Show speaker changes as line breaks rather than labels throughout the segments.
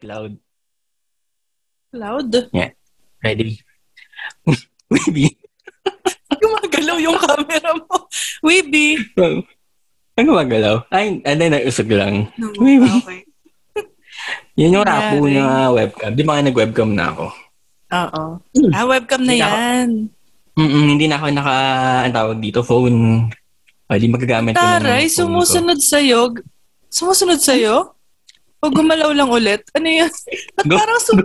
Loud.
Loud?
Ready? Maybe.
Gumagalaw yung camera mo. Weeby.
Well, ano magalaw? Ay, ano na usog lang.
No,
Weeby.
Okay.
Yan yung rapo
Nangyari.
na webcam. Di ba nga nag-webcam na ako?
Oo. Ah, webcam na
Hmm. Hindi ako-
yan.
Mm-mm, hindi na ako naka, ang tawag dito, phone. O, di magagamit ko na ng
Taray,
phone ko.
sumusunod sa'yo. G- Sumusunod sa'yo? O gumalaw lang ulit? Ano yan? Ba't
Gu-
parang sum-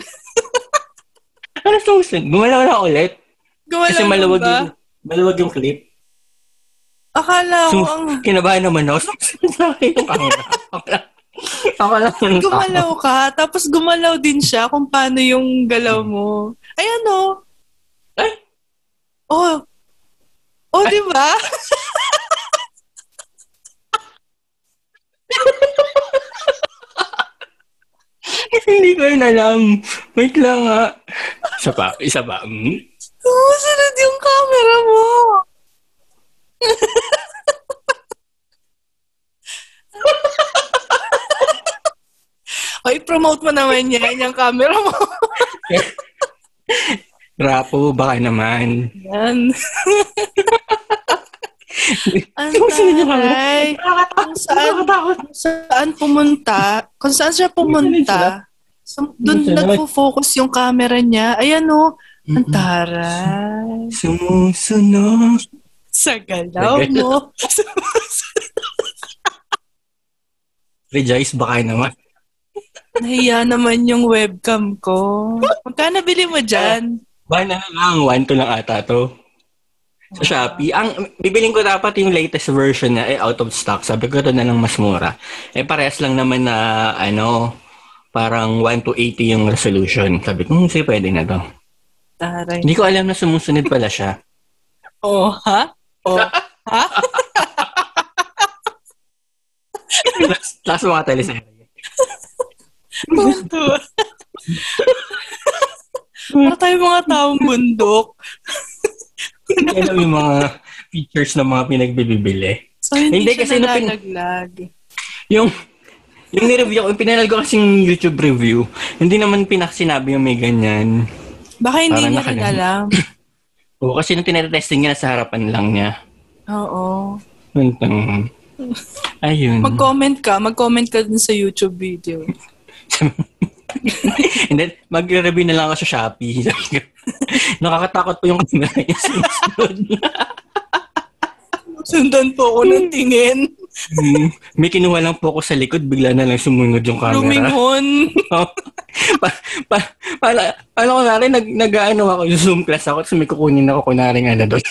Ano sumusunod? Gumalaw na ulit.
gumalaw
Kasi
lang
maluwag
ba?
yung, maluwag yung clip.
Akala ko
Sum-
ang...
Kinabahan naman ako. Sumusunod na akin yung camera. Ako lang. Ako lang.
Gumalaw ka, tapos gumalaw din siya kung paano yung galaw mo. Ayan o.
Ay.
Oh. Oh, di ba?
Hindi ko yun alam. Wait lang ha. Isa pa. Isa pa. Mm.
Sumusunod yung camera mo. Ay, promote mo naman yan, yung camera mo.
Rapo, baka naman.
Yan. Ang
Sumusunod yung camera. Ah,
taray. Kung saan
Nakakatakot.
kung saan pumunta, kung saan siya pumunta, so, doon
Minsan naman.
nagpo-focus yung camera niya. Ayan o, ang
Mm-mm.
taray.
Sumusunod.
Sa galaw
Sa
mo.
Rejoice, baka naman.
Nahiya naman yung webcam ko. Magkano bili mo dyan?
Ba na lang, one to lang ata to. Sa Shopee. Ang, bibiling ko dapat yung latest version na eh, out of stock. Sabi ko ito na lang mas mura. Eh, parehas lang naman na, ano, parang 1 to 80 yung resolution. Sabi ko, hmm, sige, pwede na to.
Taray.
Hindi ko alam na sumusunod pala siya.
Oh, ha? Oh, ha?
last, last mga teleserye.
Tuntua. Para tayo mga taong bundok.
Hindi alam yung mga features ng mga pinagbibili.
So, hindi,
Hindi,
siya
kasi
kasi
nung pin-
nalalaglag.
Yung, yung nireview ko, yung pinanal ko kasing YouTube review, hindi naman pinakasinabi yung may ganyan.
Baka hindi
Parang
niya rin
nakalaglag.
alam.
Oo, kasi nung tinetesting niya, sa harapan lang niya.
Oo.
Yun, tang- Ayun.
Mag-comment ka. Mag-comment ka din sa YouTube video.
And then, mag-review na lang ako sa Shopee. Sabi ko, Nakakatakot po yung camera niya.
Sundan po ako ng tingin.
Mm, May kinuha lang po ako sa likod, bigla na lang sumunod yung camera.
Lumingon.
Oh. pa, pa, para, ano ko narin, nag, nag-ano ako, yung Zoom class ako, tapos may kukunin ako, kunaring ano doon.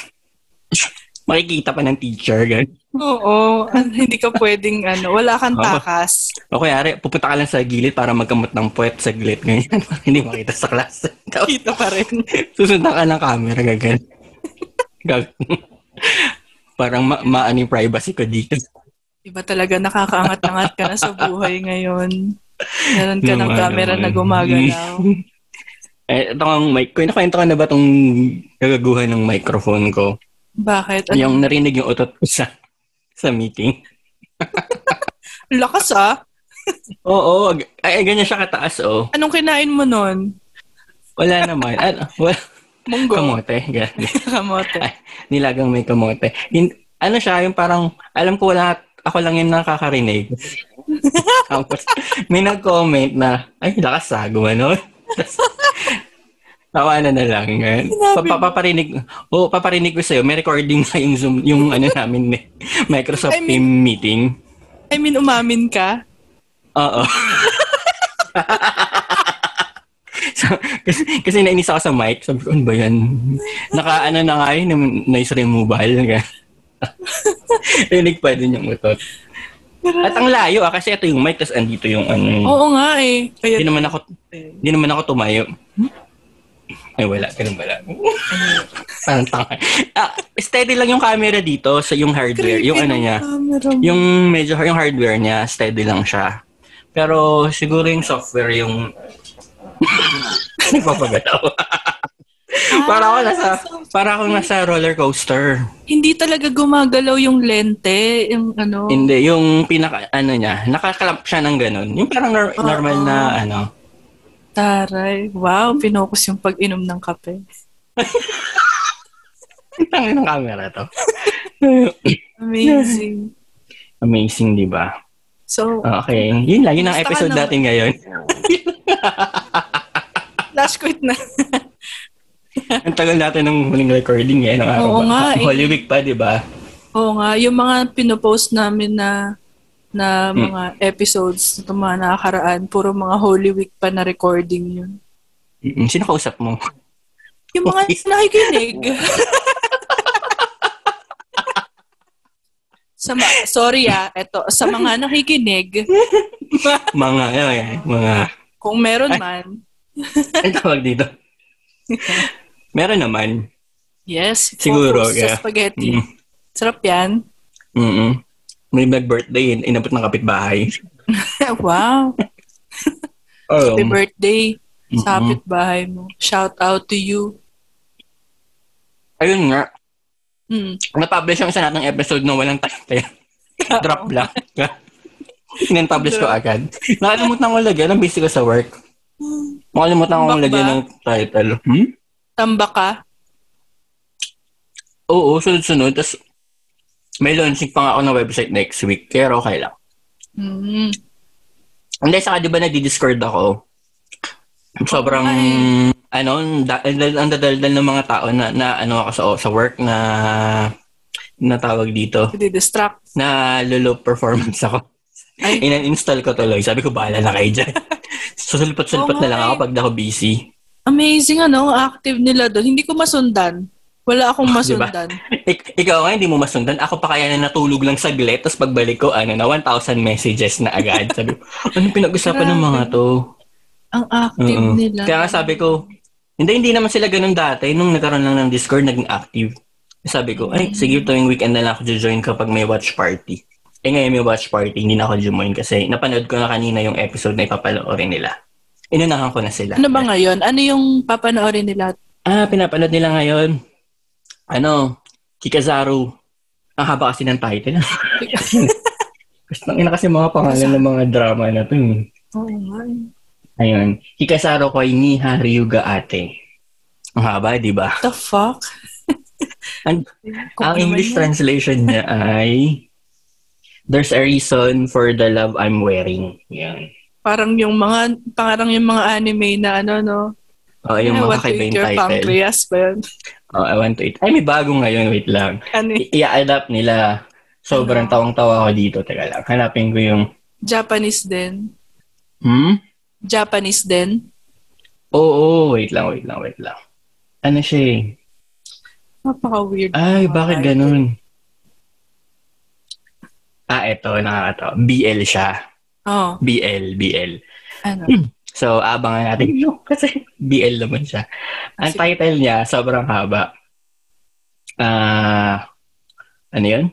Makikita pa ng teacher, gan.
Oo. An- hindi ka pwedeng ano. Wala kang
Oo.
takas.
O kaya, are, pupunta ka lang sa gilid para magkamot ng puwet sa gilid, ganyan. Hindi makita sa class. Tapos,
Kita pa rin.
Susundan ka ng camera, gagan. Gag. Parang ma- maano yung privacy ko dito.
Iba talaga nakakaangat-angat ka na sa buhay ngayon. Meron ka ng
Naman,
camera na
naman.
gumagalaw.
Eh, ito ang mic ko. Nakwento ka na ba itong gagaguhan ng microphone ko?
Bakit? Ano? Ang
Yung narinig yung utot ko sa, sa meeting.
lakas ah.
Oo, ag- ay, ganyan siya kataas, oh.
Anong kinain mo nun?
Wala naman. ano, wala.
Munggo.
Kamote. Ganyan.
Kamote.
Nilagang may kamote. Hin- ano siya, yung parang, alam ko wala, ako lang yung nakakarinig. Tapos, may nag-comment na, ay, lakas ha, gumano. Tapos, Tawa na na lang. ganyan.
Sinabi mo.
Papaparinig, oh, paparinig ko sa'yo, may recording na yung Zoom, yung ano namin, eh, Microsoft
I mean-
Team meeting.
I mean, umamin ka?
Oo. so, kasi, kasi nainis ako sa mic. Sabi ko, ano ba yan? Naka, ano na nga yun, nam- noise removal. Ganun. Rinig pa din yung utot. At ang layo ah, kasi ito yung mic, tapos andito yung ano.
Oo nga eh. Kaya, eh.
Hindi naman ako, di naman ako tumayo. Ay, wala. Ganun wala. Parang tanga. Ah, steady lang yung camera dito sa yung hardware.
Creepy
Yung ano
ng
niya.
camera mo.
Yung medyo yung hardware niya steady lang siya. Pero siguro yung software yung nagpapagalaw.
Ah,
para ako nasa para ako nasa roller coaster.
Hindi talaga gumagalaw yung lente. Yung ano. Ah,
Hindi yung pinaka ano niya, nakaklamp siya ng ganun. Yung parang nor-
Oo.
normal na ano,
Taray. Wow, pinokus yung pag-inom ng kape.
Tangin ng camera to.
Amazing.
Amazing, di ba?
So,
Okay. Yun lang. Yun ang
Basta ka
episode
naman.
natin ngayon.
last quit na.
Ang tagal natin ng huling recording eh. Ng araw
Oo
ba?
nga, eh.
Holy Week pa, di ba?
Oo nga, yung mga pinopost namin na na
Mm.
mga episodes na mga nakakaraan, puro mga Holy Week pa na recording yun.
Mm, Sino kausap mo?
Yung mga nakikinig. sa ma- sorry ah, eto, sa mga nakikinig,
Mga, ano yan, mga,
kung meron man,
ang tawag dito. Meron naman.
yes,
Siguro,
focus
yeah.
sa spaghetti.
Mm.
Sarap yan.
Mm-mm. May nag-birthday, in- inabot ng kapitbahay.
wow,
Oh,
happy birthday sa
Um, Mm-mm.
kapitbahay mo. Shout out to you.
Ayun nga,
Mm.
na-publish yung isa nating episode na walang tayo. Drop lang. Nen-publish ko agad. Nakalimutan ko lagyan. Ang busy ko sa work. Nakalimutan ko
Bakba?
lagyan ng title. Hmm?
Tamba ka.
Oo, sunod-sunod. Tapos, may launching pa nga ako ng website next week. Pero okay lang.
Mm.
Hindi, saka di ba nagdi-discord ako? Sobrang,
Oo
ano, da- ang dadaldal ng mga tao na, na ano ako sa, sa work na natawag dito
Didistract.
na lolo performance ako.
Ay.
Inan-install ko tuloy. Sabi ko, bahala na kayo dyan. Susulpot-sulpot
Oo
na lang
nga
ako
eh.
pag di ako busy.
Amazing ano, ang active nila doon. Hindi ko masundan. Wala akong
diba?
masundan.
Ik- ikaw nga, hindi mo masundan. Ako pa kaya na natulog lang saglit. Tapos pagbalik ko, ano na, 1,000 messages na agad. Sabi ko, ano pinag-usapan ng mga to?
Ang active
Oo.
nila.
Kaya nga sabi ko, hindi, hindi naman sila ganun dati. Nung nagkaroon lang ng Discord, naging active. Sabi ko, ay, sige, tuwing weekend na lang ako join kapag may watch party. Eh ngayon may watch party, hindi na ako jumoin kasi napanood ko na kanina yung episode na ipapanoorin nila. Inunahan ko na sila.
Ano ba ngayon? Ano yung papanoorin nila?
Ah, pinapanood nila ngayon. Ano, Kikazaru. Ang haba kasi ng title. Gusto ina kasi mga pangalan ng mga drama na to. eh.
Oo nga. eh.
Ayun. Kikazaru ko ni Haryuga Ate. Ang haba, di ba?
What the fuck?
Ang-
Kung
Ang
ano
English
man yun.
translation niya ay There's a reason for the love I'm wearing. Yan.
Parang yung mga, parang yung mga anime na ano, no? Ano,
Oo, Oh, yung
I
mga
want to
kakaiba
eat
yung
your
title.
pancreas ba yun?
Oo, I want to eat. Ay, may bago ngayon. Wait lang.
Ano yun?
I- I-adapt nila. Sobrang
Ano?
tawang-tawa ako dito. Teka lang. Hanapin ko yung...
Japanese din.
Hmm?
Japanese din.
Oo, wait lang, wait lang, wait lang. Ano siya eh?
Napaka-weird.
Ay,
mga
bakit
title.
ganun? Ah, eto. Nakakatawa. BL siya.
Oo.
BL, BL.
Ano?
Hmm. So, abangan natin yung kasi BL naman siya. Ang
Sige.
title niya, sobrang haba. Ah, ano yun?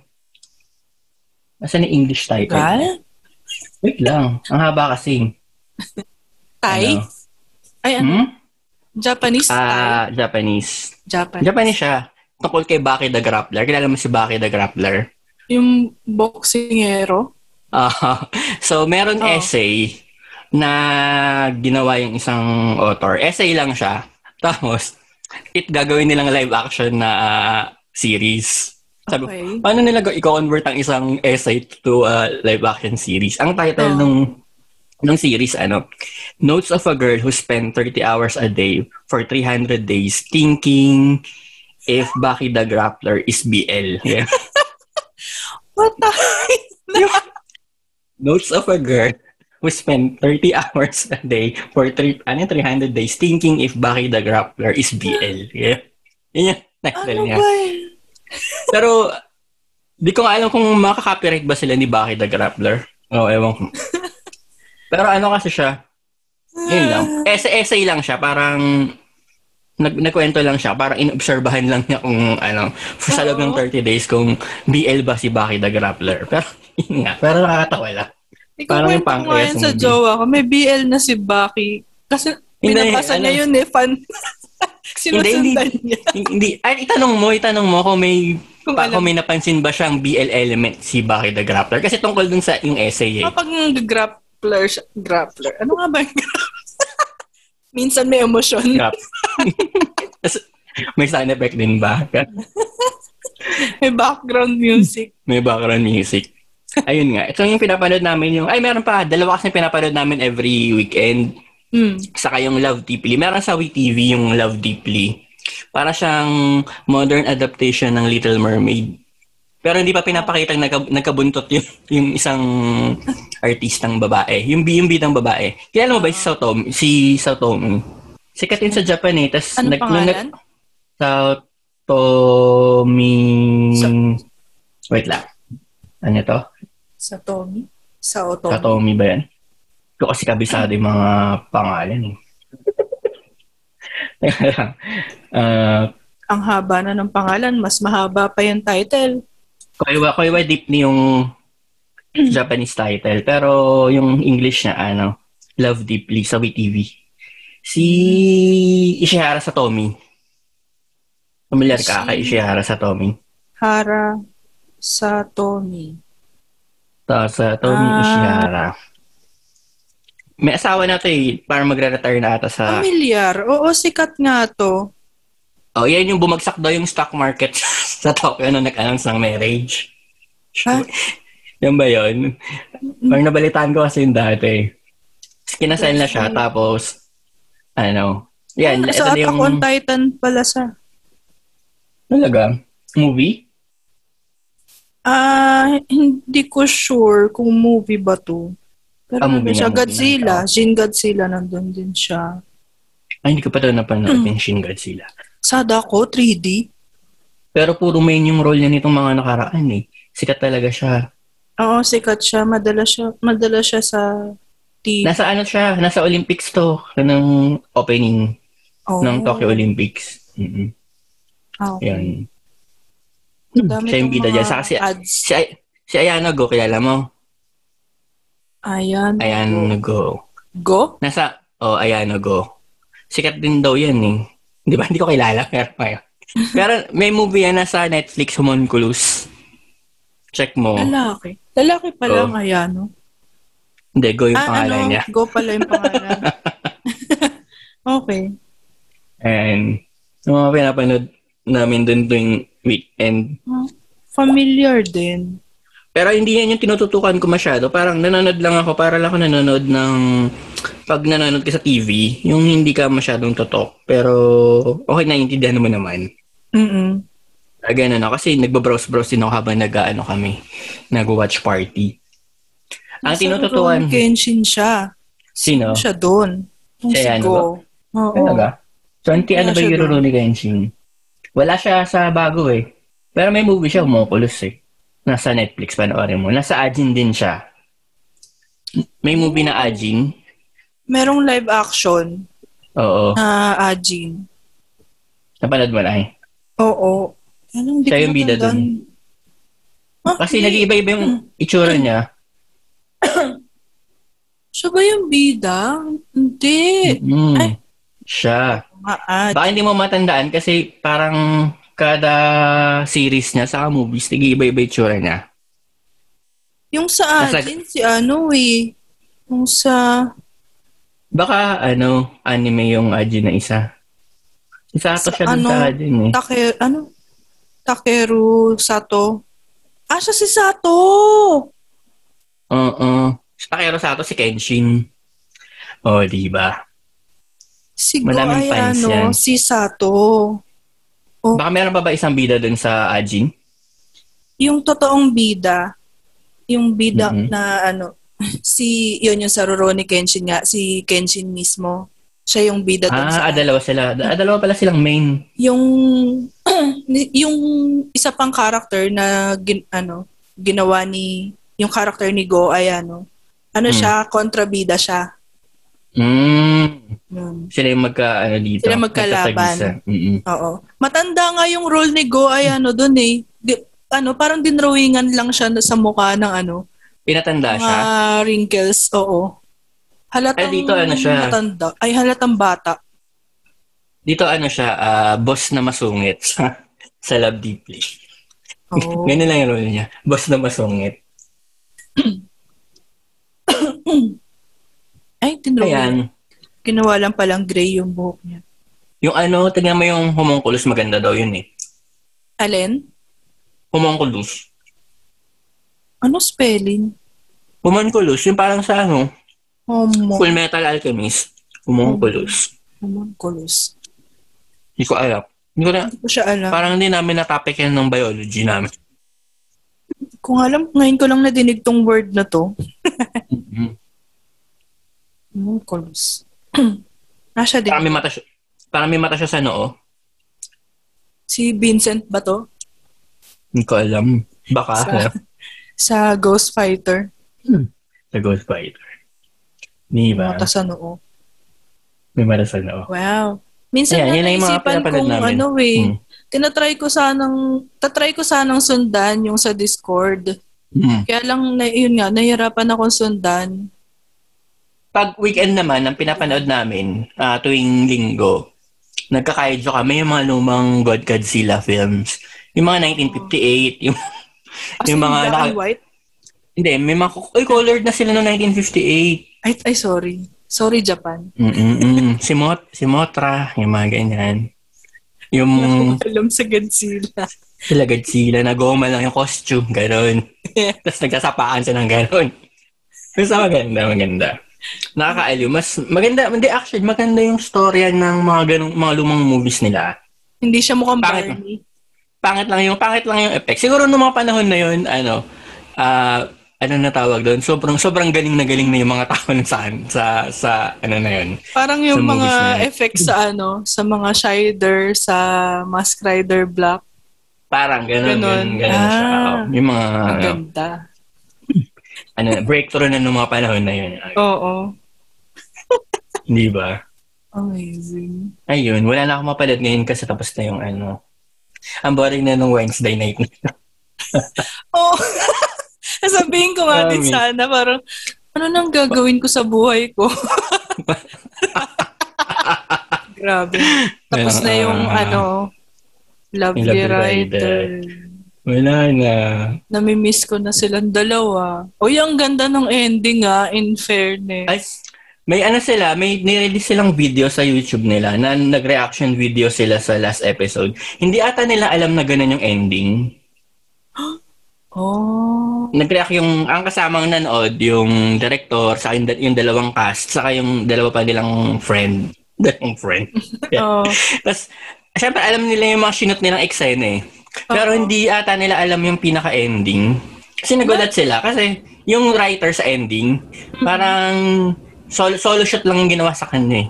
Asan yung English title?
Gal?
Wait lang. Ang haba kasi.
Thai?
Ano?
Ay, ano?
Hmm?
Japanese? Thai?
Ah, Japanese.
Japanese.
Japanese siya. Tungkol kay Baki the Grappler. Kilala mo si Baki the Grappler?
Yung boxingero?
Ah, so, meron
Oo.
essay na ginawa yung isang author. Essay lang siya. Tapos, it gagawin nilang live action na ah, series. Sabi ko,
Okay.
paano nila go- i-convert ang isang essay to a live action series? Ang title
Oo.
nung nung series ano, Notes of a Girl Who Spent 30 Hours a Day for 300 Days Thinking If Baki the Grappler is BL. Yeah.
What the
Notes of a girl who spent 30 hours a day for three, ano, 300 days thinking if Baki the Grappler is BL. Yeah. Yun yung title
Ano
niya.
ba yun?
Pero, di ko nga alam kung makaka-copyright ba sila ni Baki the Grappler. Oo, ewan ko. Pero ano kasi siya, yun lang. Essay, essay lang siya, parang nag nagkwento lang siya, parang inobserbahan lang niya kung ano, sa loob ng 30 days kung BL ba si Baki the Grappler. Pero, yun nga. Pero nakakatawa lang.
Ikaw
parang yung
kwento ko nga yan
pangkaya
sa
sa movie.
jowa ko. May BL na si Baki. Kasi
Hindi,
binabasa
ano-
niya yun eh, fan.
Hindi,
Sinusundan niya.
hindi. Ay, itanong mo, itanong mo kung may,
Kung
pa,
alam.
kung may napansin ba siyang BL element si Baki the Grappler. Kasi tungkol dun sa yung essay eh.
Kapag grappler siya, grappler. Ano nga ba yung grappler? Minsan may emosyon.
Yup. Tas, may sound effect din ba?
may background music.
May background music. Ayun nga. Ito yung pinapanood namin yung... Ay, meron pa. Dalawa kasi pinapanood namin every weekend.
Mm.
Saka yung Love Deeply. Meron sa Wii TV yung Love Deeply. Para siyang modern adaptation ng Little Mermaid. Pero hindi pa pinapakita nagka, nagkabuntot yung, yung isang artistang babae. Yung, bi- yung bitang babae. Kilala mo ba si Saotomi? Si Saotomi. Sikat yun sa Japan eh. Tas,
Ano
nag- nung
pangalan?
nag- Saotomi...
Sa-
Wait lang. Ano to?
Sa Tommy? Sa Otomi.
Katomi ba yan? Ito kasi kabisado yung mga pangalan eh. Teka lang. Ah,
Ang haba na ng pangalan. Mas mahaba pa yung title.
Koiwa, Koiwa Deep ni yung Japanese title. Pero yung English niya, ano, Love Deeply sa WeTV. Si Ishihara sa Tommy. Familiar ka
Si-
kay Ishihara sa Tommy.
Hara sa Tommy.
Tapos sa Tommy
Ah.
Ishihara. May asawa na to eh. Parang magre-retire na ata sa...
Familiar. Oo, sikat nga to.
Oh, yan yung bumagsak daw yung stock market sa Tokyo nung nag-announce ng marriage.
Ha?
Yan ba yun? Parang nabalitaan ko kasi yung dati. Kinasal na siya, tapos, ano, yan,
Sa
ito na
Attack
yung,
on Titan pala sa...
talaga, movie?
Ah, hindi ko sure kung movie ba to. Pero
Ah,
ano
movie
siya,
na, movie na.
Godzilla. Shin Godzilla, nandun din siya.
Ay, hindi ko pa ito
Hmm.
napanood yung Shin Godzilla.
Sadako, 3D.
Pero puro main yung role niya nitong mga nakaraan eh. Sikat talaga siya.
Oo, sikat siya. Madala siya, madala siya sa TV.
Nasa ano siya, nasa Olympics to, ng opening
Oo.
ng Tokyo Olympics. mm
Ah, okay.
Yan.
Ang dami
Siya yung
tong
bida
mga
dyan. Saka si,
ads.
si, Ay- si Ayano Go, kilala mo?
Ayan.
Ayano Go.
Go?
Nasa, oh, Ayano Go. Sikat din daw yan eh. Di ba? Hindi ko kilala. Pero, ayun. pero may movie yan nasa Netflix, Homunculus. Check mo.
Lalaki. Lalaki pala ang Ayano.
Hindi, Go Oh. yung
Ah,
pangalan
ano?
niya.
Go pala yung pangalan. okay.
And, yung mga pinapanood namin dun tuwing weekend.
Familiar din.
Pero hindi yan yung tinututukan ko masyado. Parang nanonood lang ako. Para lang ako nanonood ng... Pag nanonood ka sa TV, yung hindi ka masyadong totok. Pero okay, naiintindihan mo naman.
Mm-mm.
Ah, ganun na. Kasi nagbabrowse-browse din ako habang nag, ano, kami, nag-watch party. Ang
Nasa
tinututuan,
Rurouni Kenshin siya.
sino?
Siya doon.
Ano?
Yung
Siya
si
yan,
Go. Oo.
Talaga? So, anti, ano
Wala
ba
siya
yung
doon.
Rurouni Kenshin? Wala siya sa bago eh. Pero may movie siya, Homunculus eh. Nasa Netflix, panoorin mo. Nasa Ajin din siya. May movie na Ajin.
Merong live action
Oo.
na ah, Ajin.
Napanood mo na eh.
Oo. Anong di
Siya
ko
yung bida
matandaan. Ah,
Kasi
hindi.
nag-iiba-iba yung itsura niya.
Siya ba yung bida? Hindi. Ay.
Mm. Siya.
Maad.
Baka hindi mo matandaan kasi parang kada series niya sa movies, nag-iiba-iba yung tsura niya.
Yung sa
Nasa-
atin, si ano eh. Yung sa...
Baka, ano, anime yung Ajin na isa. Isa
Sa
ato siya dun
ano?
sa Ajin eh.
Take, ano? Takeru Sato. Ah, siya si Sato!
Oo. Sa Takero sa ato si Kenshin. Oh, di ba?
Si
Maraming fans yan.
Goayano, si Sato.
Baka meron pa ba isang bida dun sa ah, Ajin?
Yung totoong bida, yung bida
Mhm.
na ano, si, yun yung sa Rurouni Kenshin nga, si Kenshin mismo. Siya yung bida dun sa...
Ah, ah, dalawa sila. Ah, dalawa pala silang main.
yung yung isa pang character na gin, ano ginawa ni yung character ni Go ay ano ano
Hmm.
siya kontrabida siya
Mm.
Yun.
Sila yung magka, ano dito.
Sila magkalaban.
magkatagisa. Mm-mm.
oo matanda nga yung role ni Go ay ano doon eh Di- ano parang dinrawingan lang siya na- sa mukha ng ano
Pinatanda siya.
mga wrinkles oo halatang
Ay, dito ano siya.
matanda ay halatang bata
Dito ano siya, ah, boss na masungit sa, sa Love Deeply.
oo
Ganun lang yung role niya. Boss na masungit.
ay dinrawingan
Ayan.
Ginawa lang palang gray yung buhok niya.
Yung ano, tingnan mo yung homunculus, maganda daw yun eh.
Alin?
Homunculus.
Ano spelling?
Homunculus, yung parang sa ano,
Homo.
Full Metal Alchemist. Homunculus.
Homunculus.
Hindi ko alam. Hindi ko na,
Hindi ko siya alam.
parang hindi namin na-topic yan ng biology namin.
Kung alam, ngayon ko lang nadinig tong word na to. Mm-hmm.
Mhm.
Homunculus. Nasa din.
Parang may mata siya. Parang may mata siya sa noo.
Si Vincent ba to?
Hindi ko alam. Baka.
Sa-
Sa,
Sa Ghost Fighter.
sa Ghost Fighter. Di ba?
Mata sa noo.
May mata sa noo.
Wow.
Ayan,
Minsan na
yun na yung mga
naisipan
pinapanood
kong
namin.
ano eh.
Mm.
Tinatry ko sanang, tatry ko sanang sundan yung sa Discord.
Mm.
Kaya lang, na, yun nga, nahirapan akong sundan.
Pag weekend naman, ang pinapanood namin, ah, tuwing linggo, nagkakaidyo kami yung mga lumang God Godzilla films. Yung mga 1958, yung,
As
Yung
in,
mga
black
naka-
and white?
hindi, may mga, ay, colored na sila noong 1958.
Ay, ay, sorry. Sorry, Japan.
Mm-mm-mm. si, Mot, si Motra, yung mga ganyan. Yung
Alam sa Godzilla.
sila Godzilla na goma lang yung costume, gano'n. Tapos nagsasapaan siya ng gano'n. Basta maganda, maganda. Nakakaaliw. Mas maganda, hindi actually, maganda yung storya ng mga ganong, mga lumang movies nila.
Hindi siya mukhang
Pangit.
Barney.
Pangit lang yung, pangit lang yung effect. Siguro nung mga panahon na yun, ano, ah, ano na tawag doon? Sobrang sobrang galing na galing na yung mga tao nun sa sa sa ano na yun.
Parang yung
Sa movies
mga
na yun.
effects sa ano, sa mga Shider, sa Mask Rider Black.
Parang ganun,
Ganun.
ganun, ganun siya.
Ah.
Oo. Yung mga
Ang
ano,
ganda.
ano, breakthrough na nung mga panahon na yun.
Oo.
Di ba?
Amazing.
Ayun, wala na akong mapalit ngayon kasi tapos na yung ano. Ang boring na nung Wednesday night.
Oo. Sabihin ko nga din
Amazing.
sana, parang, ano nang gagawin ko sa buhay ko? Grabe. Tapos na yung
Ah.
ano, Love
Yung Love
the
Rider.
Rider.
Wala na.
Namimiss ko na silang dalawa. Uy, ang ganda ng ending ah, in fairness.
Ay, may ano sila, may nirelease silang video sa YouTube nila na nag-reaction video sila sa last episode. Hindi ata nila alam na ganun yung ending.
Oh.
Nag-react yung, ang kasamang nanood, yung director, sa yung, yung dalawang cast, saka yung dalawa pa nilang friend. Dalawang friend.
Oh.
Tapos, syempre alam nila yung mga sinot nilang eksena eh. Pero
Oo.
hindi ata nila alam yung pinaka-ending. Kasi nagulat sila. Kasi yung writer sa ending, parang solo, solo shot lang yung ginawa sa kanya eh.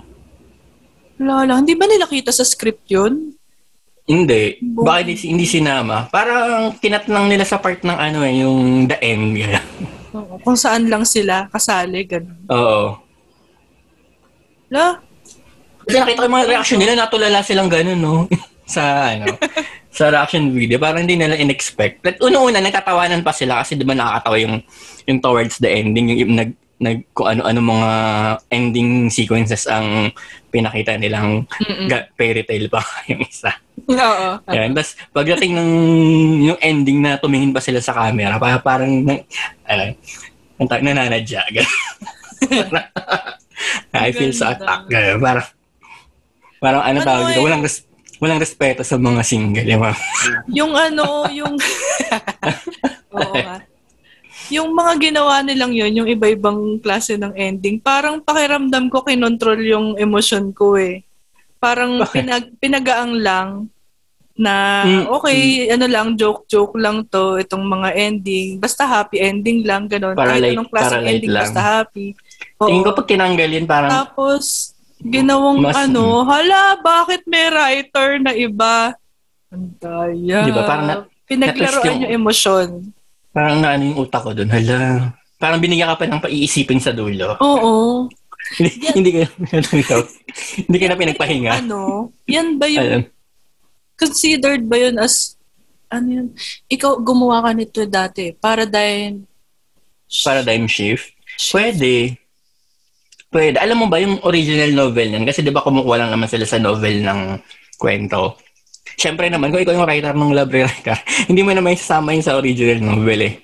Wala lang. Hindi ba nila kita sa script yun?
Hindi.
Bo-
Bakit hindi, hindi sinama? Parang kinat lang nila sa part ng ano eh, yung the end. ganyan.
Oo. Kung saan lang sila kasali, ganun.
Oo.
La,
Kasi nakita ko yung mga reaction nila, natulala silang ganun, no? sa ano, sa reaction video. Parang hindi nila in-expect. Like, una-una, nagtatawanan pa sila kasi di ba nakakatawa yung, yung towards the ending, yung, yung nag, nag, kung ano-ano mga ending sequences ang pinakita nilang ga- fairy tale pa yung isa.
Oo.
Ayan. Tapos pagdating ng yung ending na tumingin pa sila sa camera, pa- parang na, ano, ang tag nananadya. ganun. I feel sa
Ganda.
attack. Ganun. Parang, parang ano,
Ano
tawag dito,
eh?
walang, res- walang respeto sa mga single. Yung mga,
Yung ano, yung... Oo nga. Yung mga ginawa nilang yun, yung iba-ibang klase ng ending, parang pakiramdam ko kinontrol yung emosyon ko eh. Parang pinag, pinagaang lang na
Mm,
okay, ano lang, joke-joke lang to, itong mga ending. Basta happy ending lang, ganun.
Para
Kahit
light-
anong klase
para
ng
light
ending,
lang.
basta happy. Oo.
tingin ko pag tinanggal yun, parang,
Tapos, ginawang
Mas- Hmm.
ano, hala, bakit may writer na iba? Ang daya.
Di ba? Parang na- na-twist
Pinaglaruan
yung-
yung emosyon.
parang na ano yung utak ko dun. Hala, parang binigyan ka pa ng paiisipin sa dulo.
Oo.
Hindi- hindi ka hindi ka na pinagpahinga.
Ano? Yan ba yung,
Ayun.
considered ba yun as, ano yun, ikaw gumawa ka nito dati, para dahil,
Paradigm shift. Pwede. Pwede. Alam mo ba yung original novel niyan? Kasi di ba kumukuha lang naman sila sa novel ng kwento. Siyempre naman, kung ikaw yung writer ng library ka, hindi mo naman isasama yun sa original novel eh.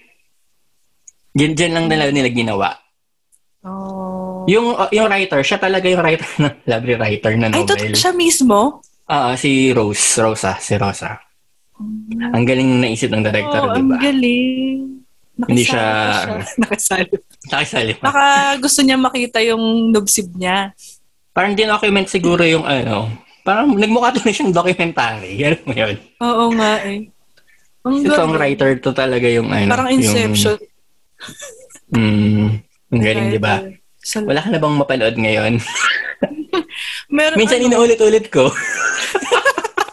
Diyan, diyan lang nila nila ginawa.
Oh. Oo.
Yung, uh, yung writer, siya talaga yung writer na, library writer na
Ay,
novel.
to, siya mismo?
Ah, si Rose, Rosa, si Rosa. Ang galing ng naisip ng director,
Oo,
di
Oh, ang
ba?
galing. Nakasali
Diba? Hindi siya-
pa Nakasali.
Nakasali pa.
Baka gusto niya makita yung nubsib niya.
Parang dinocument siguro yung ano, parang nagmukha to na siyang documentary. Ganun mo yun.
Oo nga eh. Ang
Si
galing.
songwriter to talaga yung ano.
Parang Inception.
Yung, mm, ang galing, di ba?
Sa-
Wala ka na bang mapanood ngayon?
Meron
Minsan
ano,
inuulit-ulit ko.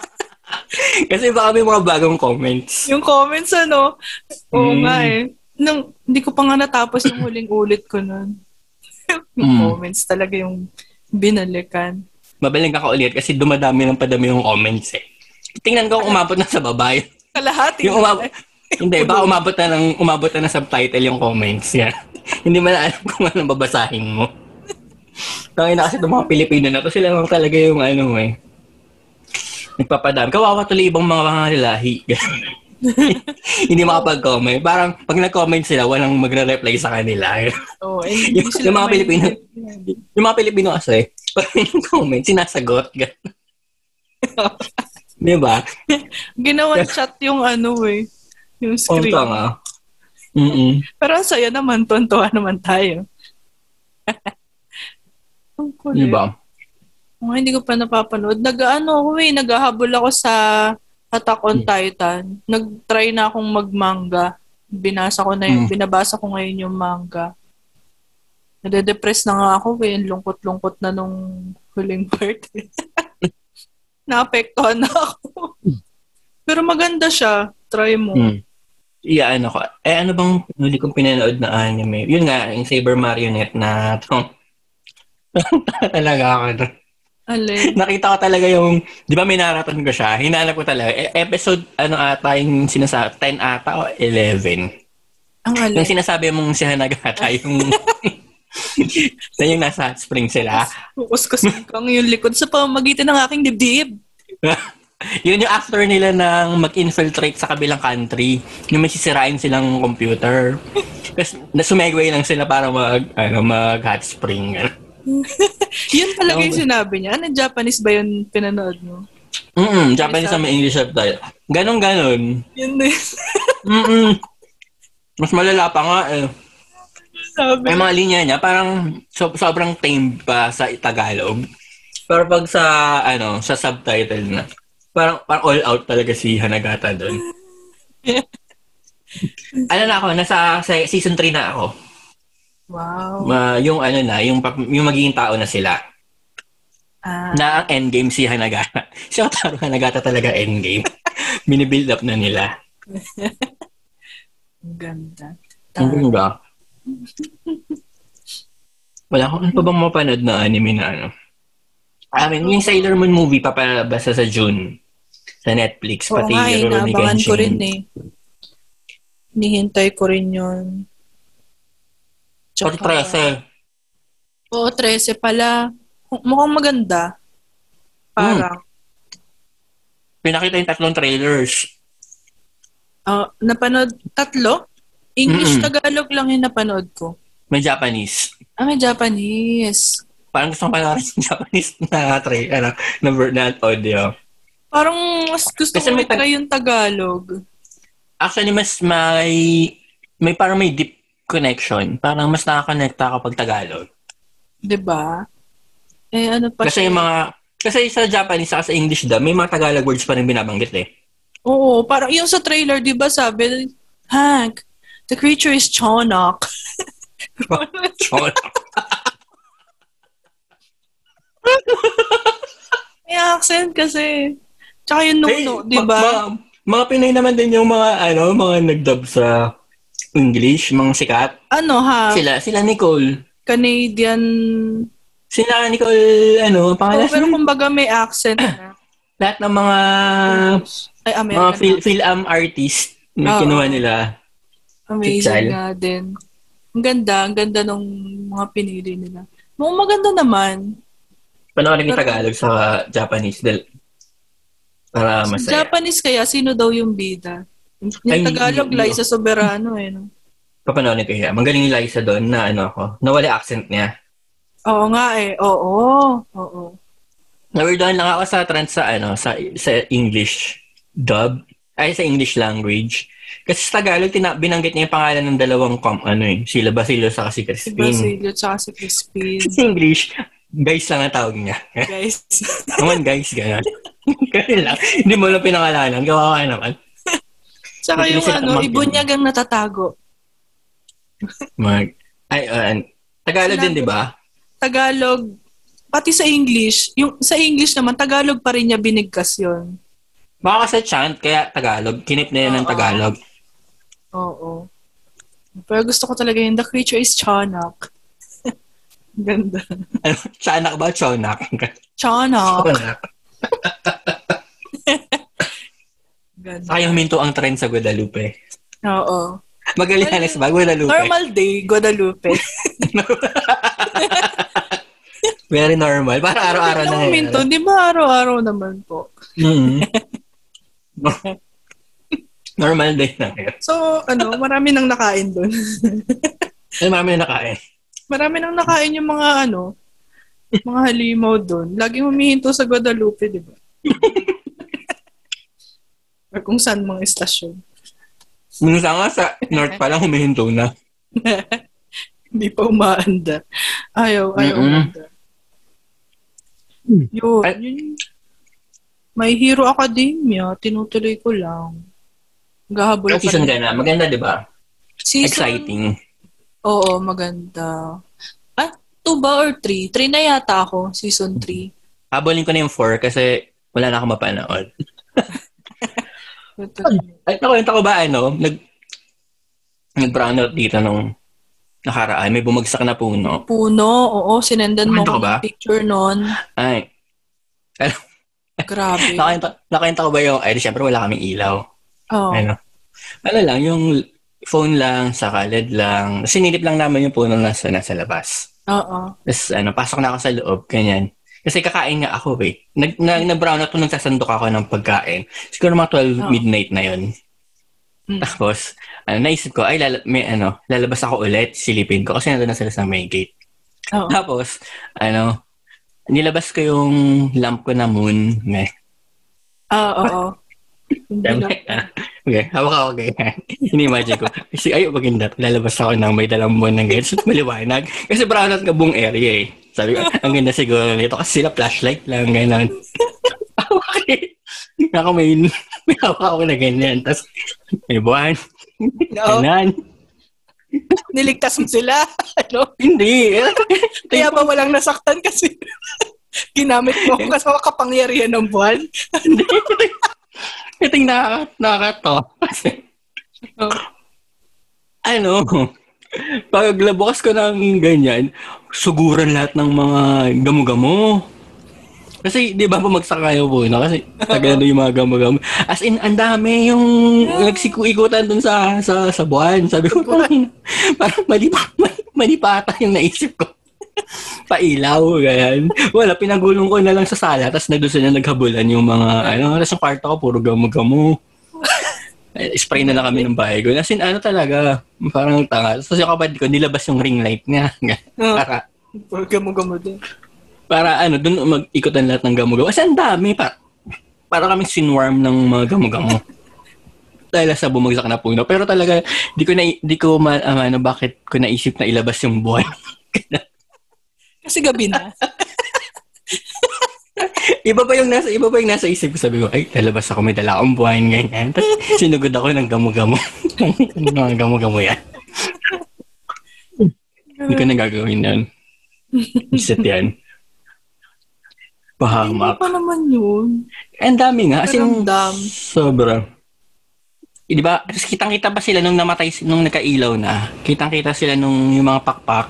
Kasi baka may mga bagong comments.
yung comments ano. Oo
Mm.
nga eh. Nung, hindi ko pa nga natapos yung huling ulit ko nun. yung
Mm.
comments talaga yung binalikan.
Mabaling ka ulit kasi dumadami ng padami yung comments eh. Tingnan ko kung umabot na sa baba. yun.
Kalahati. eh.
Yung umabot, hindi, baka umabot na ng, umabot na ng subtitle yung comments. Yan. hindi mo na alam kung anong babasahin mo. Tangin na kasi itong mga Pilipino na to, sila lang talaga yung ano eh. Nagpapadami. Kawawa tuloy ibang mga mga lahi. hindi makapag-comment. Parang pag nag-comment sila, walang magre-reply sa kanila.
Oo, and hindi
Yung-
sila
yung mga
may-
Pilipino. yung mga Pilipino kasi, pag may comment, sinasagot. Diba? Ganun. Di ba?
Ginawan chat yung ano eh.
Oo
Yung screen.
ka nga. Mm-mm.
Pero ang saya naman, tuntuan naman tayo. ang kulit.
Di ba?
Oh, hindi ko pa napapanood. Nag-ano ako eh, naghahabol ako sa Attack on Titan. Nag-try na akong mag-manga. Binasa ko na yun,
Mm.
binabasa ko ngayon yung manga. Nade-depress na nga ako eh, Ang lungkot-lungkot na nung huling part. Naapektuhan na ako. Pero maganda siya. Try mo.
Mm. Yeah, ano ko. Eh, ano bang huli kong pinanood na anime? Yun nga, yung Saber Marionette na tong talaga ako. dun.
Alin.
Nakita ko talaga yung, di ba may naraton ko siya? Hinanap ko talaga. E- episode, ano ata yung sinasabi, 10 ata o 11.
Ang alin.
Yung sinasabi mong si Hanagata, yung, na yung nasa hot spring sila.
Kukuskusin ko ang yung likod sa pamamagitan ng aking dibdib.
Yun yung after nila ng mag-infiltrate sa kabilang country, yung may sisirain silang computer. Tapos nasumegway lang sila para mag, ano, mag hot spring. Ano.
Yun talaga yung
Ako-
sinabi niya. Ano, Japanese ba yun pinanood mo?
Mm-mm, Japanese na may English subtitle. Ganon, ganon.
Yun na yung
Mm-mm. Mas malala pa nga eh.
sinabi.
May mga linya niya, parang so- sobrang tame pa sa Tagalog. Pero pag sa, ano, sa subtitle na, parang, parang all out talaga si Hanagata doon. ano na ako, nasa sa season 3 na ako.
Wow.
Ma- yung ano na, yung, pap- yung magiging tao na sila.
Ah,
Na ang endgame si Hanagata. Si Otaro Hanagata talaga endgame. Mini-build up na nila.
ang ganda.
Ang
Tama.
ganda. Wala ko. Ano pa bang mapanood na anime na ano? I mean, yung Sailor Moon movie papalabasa sa June. Sa Netflix.
Oo
pati
nga, eh,
Rurouni
naabangan ko
Kenshin.
rin eh. Nihintay ko rin yun.
Or 13.
Oo, 13 pala. Mukhang maganda. Parang.
Pinakita yung tatlong trailers. Hmm.
ah, napanood tatlo? English,
Mm-mm.
Tagalog lang yung napanood ko.
May Japanese.
Ah, may Japanese.
Parang gusto kong panoorin yung Japanese na, tra- ano, na, ver- na audio.
Parang mas gusto
Kasi
ko
may tag-
i-try yung Tagalog.
Actually, mas may... May parang may deep connection. Parang mas nakakonekta kapag Tagalog.
'Di ba? Eh, ano pa
Kasi
siya?
yung mga... Kasi sa Japanese at sa English daw, may mga Tagalog words pa rin binabanggit eh.
Oo, parang yung sa trailer, di ba sabi, Hank, the creature is Chonok.
Chon.
May accent kasi. Tsaka yung nuno, di ba?
Ma- ma- mga Pinay naman din yung mga, ano, mga nagdub sa English, mga sikat.
Ano ha?
Sila, sila Nicole.
Canadian.
Sila Nicole, ano,
Oh,
pangalan
pero
sila-
kumbaga may accent na.
lahat ng mga,
Ay,
Ah, mga
American.
fil- film artist may
Oo.
kinuha nila. Chichal.
Amazing nga din. Ang ganda, ang ganda nung mga pinili nila. Mukhang maganda naman.
Panoorin yung
Pero-
Tagalog sa Japanese. Dahil, para
Sa
masaya.
Japanese kaya, sino daw yung bida? Yung
Ay,
Tagalog,
hindi-
Liza Soberano eh. no?
Papanoorin ko yun. Magaling yung Liza doon na ano ako. Nawala accent niya.
Oo nga eh. Oo. Oo.
Nawerdohan lang ako sa trans sa ano, sa, sa English dub. Ay, sa English language. Kasi sa Tagalog, tina- binanggit niya yung pangalan ng dalawang com, ano eh, sila Basilio sa si
Si
Crispin.
Basilio tsaka si Crispin.
Sa English, guys lang ang tawag niya.
Guys.
naman guys, gano'n. Ganun lang. Hindi mo lang pinangalanan. Gawa ka naman.
tsaka yung
Hindi sila
ano,
tumanggi.
ibunyag ang natatago.
Mag, ay, uh, Tagalog din, di ba?
Tagalog, pati sa English, yung sa English naman, Tagalog pa rin niya binigkas yon
Baka kasi chant, kaya Tagalog. Kinip na yan ng
Oo.
Tagalog.
Oo. Pero gusto ko talaga yung The Creature is Chonak. Ganda.
Ano, Chanak ba? Chonak.
Chonak.
Chonak.
Ganda.
Saka yung minto ang trend sa Guadalupe.
Oo.
Magallanes ba? Guadalupe.
Normal day, Guadalupe.
Very normal. Para araw-araw na eh.
Ilang minto, di ba araw-araw naman po?
Mm. normal day na ngayon.
So, ano, marami nang nakain doon.
Ay, marami na nakain.
Marami nang nakain yung mga ano, mga halimaw doon. Laging humihinto sa Guadalupe, di ba? Or kung saan mga estasyon.
Minsan nga sa North pa lang humihinto na.
Hindi pa umaanda. Ayaw, ayaw
Mm-mm.
umaanda. Yun,
Ay-
yun. May Hero Academia, tinutuloy ko lang. Gahabol
Ang
pa
season
rin.
ka na. Maganda, di ba?
Season-
Exciting.
Oo, maganda. Ah, two ba or three? Three na yata ako, season three.
Habulin ko na yung 4 kasi wala na akong mapanood. Ay, nakwento ko ba, ano, nag, nag-brown out dito nung nakaraan. May bumagsak na puno.
Puno, oo, sinendan mo
Kwento
ko
ko ba?
ng picture nun.
Ay,
Grabe.
nakwento, nakwento ko ba yung, ay, di, syempre wala kaming ilaw.
Oo.
Ano, ano lang, yung phone lang, saka LED lang. Sinilip lang naman yung puno nasa, nasa labas.
Oo.
Tapos, ano, pasok na ako sa loob, ganyan. Kasi kakain nga ako eh. Nag, na, na-brown out ko nung sasandok ako ng pagkain. Siguro mga 12
Oo.
midnight na yon
Mm.
Tapos, ano, naisip ko, ay, lala, may, ano, lalabas ako ulit, silipin ko. Kasi nandun na sila sa may gate.
Oo.
Tapos, ano, nilabas ko yung lamp ko na moon. Meh.
Oo, Ah, oo. Hindi lang.
ah. okay, hawak ako ganyan. Ini-imagine ko. Kasi ay, maganda. Lalabas ako ng may dalang buwan ng ganyan. So, maliwanag. Kasi brown out ka buong area eh. Sabi ko, ang ganda siguro nito. Kasi sila flashlight lang, gano'n. okay. Ako may, may hawak ako na ganyan. Tapos, may buwan,
Oo,
kanan.
niligtas mo sila. Ano?
Hindi.
Kaya ba walang nasaktan kasi ginamit mo ako kasama kapangyarihan ng buwan?
Hindi. Ito yung nakaka- nakakato. Kasi,
Oh.
ano, paglabukas ko ng ganyan, suguran lahat ng mga gamo-gamo. Kasi, di ba, bumagsak kayo po, no? Kasi, tagal na yung mga gamo-gamo. As in, ang dami yung nagsiku-ikutan dun sa, sa, sa buwan. Sabi ko, parang, parang mali pa, mali, mali pa ata yung naisip ko. Pailaw, ganyan. Wala, pinagulong ko na lang sa sala, tapos na doon sila naghabulan yung mga, ano, tapos yung kwarto ko, puro gamo-gamo. Eh, Spray na lang kami ng bahay ko. As in, ano talaga, parang tanga. Tapos yung kapatid ko, nilabas yung ring light niya.
Oh.
para,
Gamo-gamo din.
para ano, doon mag-ikotan lahat ng gamo-gamo. Kasi ang dami pa. Para kaming sinwarm ng mga gamo-gamo. Dahil sa bumagsak na puno. Pero talaga, di ko na, di ko ma, ah, ano, bakit ko naisip na ilabas yung buwan.
Kasi gabi na.
iba pa yung nasa, iba pa yung nasa isip ko. Sabi ko, ay, lalabas ako, may dala akong buwan, ganyan. Tapos sinugod ako ng gamo-gamo. ano mga gamo-gamo yan? Hindi ko na gagawin yun. Isit yan.
Ano
Pahamak.
pa naman yun?
Ang dami nga. As in,
Karamdam.
Sobra. Eh, Di ba? Tapos kitang-kita pa sila nung namatay, nung nagkailaw na. Kitang-kita sila nung yung mga pakpak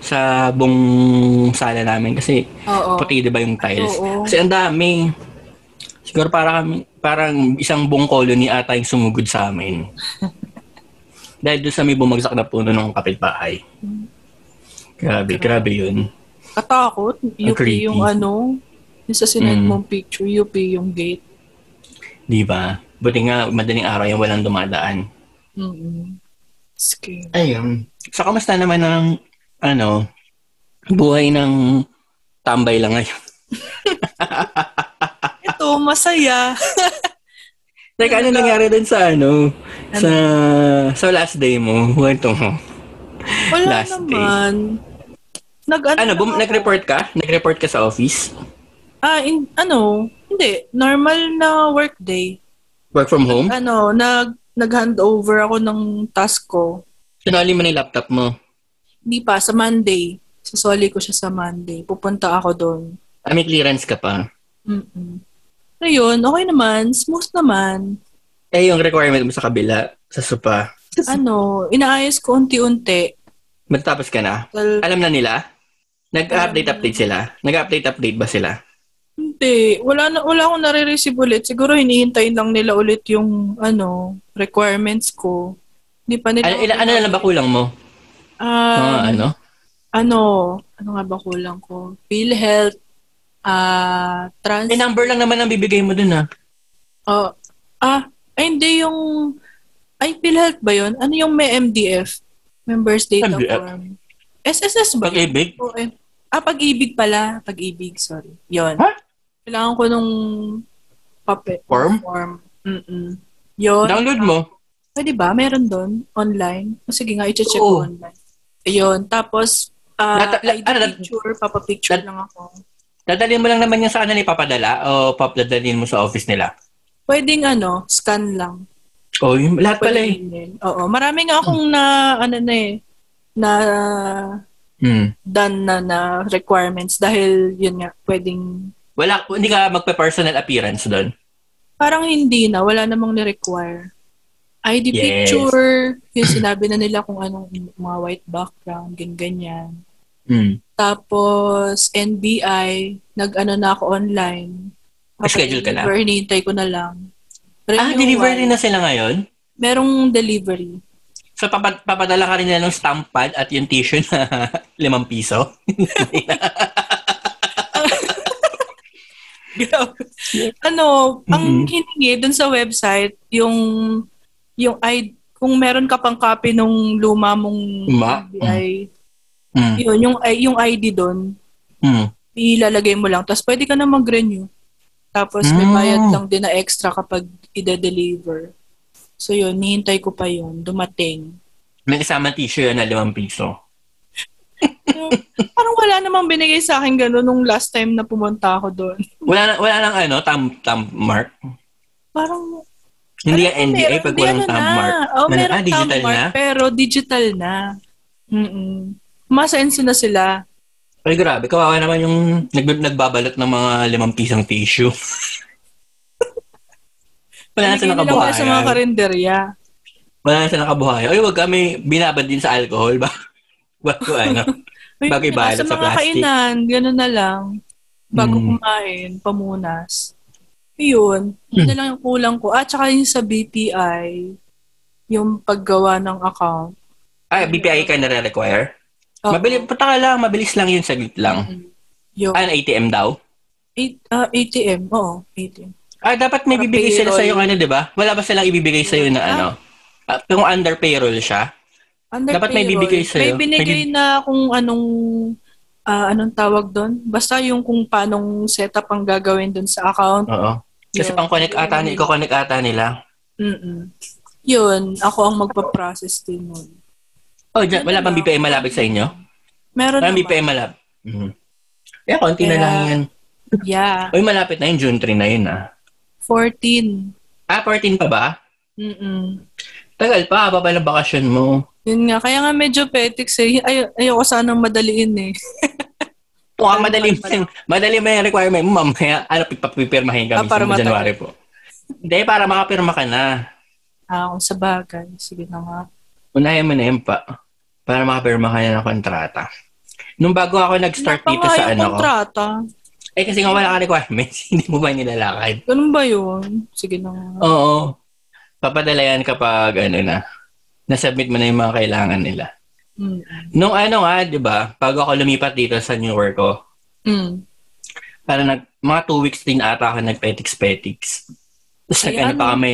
sa buong sala namin kasi
Oo.
puti di ba yung tiles.
Oo.
Kasi ang dami. Siguro para kami, parang isang buong colony ata yung sumugod sa amin. Dahil doon sa may bumagsak na puno ng kapitbahay. Grabe, grabe yun.
Katakot. UP
creepy.
yung ano. Yung sa sinend
Mm.
mong picture, UP yung gate.
Di ba? Buti nga, madaling araw yung walang dumadaan.
Mm-mm. Scary.
Ayun. So, kamusta naman ang, ano, Buhay ng tambay lang ngayon.
Ito, masaya.
Like, ano nangyari dun sa ano? Sa, sa last day mo? Kwento mo.
Wala
Last day.
naman. Nag, ano,
Ano, bum-
lang ako.
nag-report ka? Nag-report ka sa office?
Ah, in, ano, hindi. Normal na workday.
Work from home?
Ano, nag, nag-handover ako ng task ko.
Sinali mo na yung laptop mo.
Hindi pa, sa Monday. Sasoli ko siya sa Monday. Pupunta ako doon.
Ah, may clearance ka pa.
Mm-mm. Ngayon, okay naman. Smooth naman.
Eh, yung requirement mo sa kabila, sa supa.
Ano, inaayos ko unti-unti.
Magtapos ka na.
Tal-
Alam na nila? Nag-update-update sila? Nag-update-update ba sila?
Hindi. Wala, na, wala akong nare-receive ulit. Siguro hinihintay lang nila ulit yung ano, requirements ko. Hindi pa nila...
Ano, ila, ano na lang ba kulang mo?
Ah,
Mga ano?
ano? Ano nga ba kulang ko? PhilHealth, ah, trans...
Eh, number lang naman ang bibigay mo dun, ah. ha?
oh, ah, ay hindi yung... Ay, PhilHealth ba yun? Ano yung may MDF? Members Data
MDF?
Form. SSS ba? yun?
Pag-ibig?
Oo, eh. Ah, pag-ibig pala. Pag-ibig, sorry. Yon.
Ha?
Kailangan ko nung puppet
Form?
form. Mm-mm. Yun.
Download mo?
Pwede ba? Meron doon? Online? O sige nga, i-check
Oo.
ko online. Ayun. Tapos, ah,
Nata- la-
ID
ano, nat-
picture, papapicture
nat-
lang ako.
Dadalhin mo lang naman yan sa ano kanila ipapadala o papadalhin mo sa office nila?
Pwedeng ano, scan lang.
O, yun, lahat pala
Pwede
eh.
email. Oo. Marami nga akong na, ano na eh, na
Hmm.
done na na requirements dahil yun nga, pwedeng,
Wala, hindi ka magpa-personal appearance doon.
parang hindi na, wala namang ni-require. ID
Yes.
picture, yung sinabi na nila kung anong mga white background, ganyan.
Hmm.
Tapos, NBI, nag-ano na ako online.
Schedule ka na?
Deliver, hinihintay ko na lang.
Ah, delivery na sila ngayon?
Merong delivery.
So, papa- papadala ka rin nila ng stamp pad at yung tissue na limang piso?
ano, ang hiningi dun sa website, yung, yung ID, kung meron ka pang copy nung luma mong
Luma?
NBI,
Hmm.
yun, yung, I- yung ID doon,
Hmm.
ilalagay mo lang. Tapos pwede ka na mag-renew. Tapos may
Mm.
bayad lang din na extra kapag ide-deliver. So yun, nihintay ko pa yun. Dumating.
May kasama tissue yun na limang piso.
Yung- parang wala namang binigay sa akin gano'n nung last time na pumunta ako doon.
Wala, na, wala nang ano, thumb, thumb mark?
Parang,
Hindi yan
alam mo,
NDA
meron-
pag
may
walang
ano
thumb
na.
mark. Ano,
Oh, meron
ah, digital
thumb mark,
na?
pero digital na. Mm-mm. Masenso na sila.
Ay, grabe. Kawawa naman yung nag- nagbabalot ng mga limang pisang tissue. Wala na
Binigay
sa
nila muna Ano Sa mga
nakabuhayan.
karinderya.
Wala na sa nakabuhayan. Ay, wag kami binabad din sa alcohol ba? Bago ano?
Uy,
Bago
yun na,
ibalot sa
mga
plastic.
kainan, gano'n na lang. Bago
Mm.
kumain, pamunas. Yun. Yun
Hmm.
na lang yung kulang ko. At saka yung sa BPI, yung paggawa ng account.
Ay, BPI ka nare-require?
Oo.
Mabilis, punta ka lang. Mabilis lang yun, saglit lang.
Mm. Yung
An ATM daw?
eight- ah, ATM. Oo, ATM.
Ah, dapat may
Para
bibigay sila
payroll.
sa'yo ano, di ba? Wala ba silang ibibigay sa'yo na ano? Ah, kung under payroll siya?
Under
Dapat may
payroll.
bibigay sa'yo.
May binigay na kung anong ah, anong tawag doon. Basta yung kung paanong setup ang gagawin doon sa account.
Oo. Kasi
Yun.
pang-connect ata, ni- i-connect ata nila.
Mm-mm. Yun, ako ang magpa-process din nun.
Oh, dyan, wala bang BPI malapit sa inyo?
Meron
Parang
naman.
BPM malapit. Mm. Yeah, konti na
Kaya-
lang yan.
Yeah,
Uy, malapit na yun. June 3 na yun, ah.
14.
Ah, 14 pa ba?
Mm-mm.
Tagal pa. Haba pa ng bakasyon mo.
Yun nga, kaya nga medyo petics eh. Ay- ayoko sanang madaliin eh.
Oo, ah, madali, mo yung, madali mo yung requirement mo mamaya. Ano, pipirmahin
Ah,
kami
para
sa
matagal.
January po. Hindi, para makapirma ka na.
Ah, kung sa bagay. Sige na nga.
Unahin mo na yun pa. Para makapirma ka na ng kontrata. Nung bago ako nag-start
Wala pa
dito
nga
sa
yung
ano ko.
kontrata.
Eh, kasi nga wala ka requirements. Hindi mo ba nilalakad?
Ganun ba yun? Sige na nga.
Oo. Papadala yan kapag ano na. Nasubmit mo na yung mga kailangan nila.
Mm.
Nung ano nga, di ba, bago ako lumipat dito sa new work ko,
Mm.
parang nag, mga two weeks din ata ako nag-petics-petics. Tapos nag,
Ayan.
ano pa kami,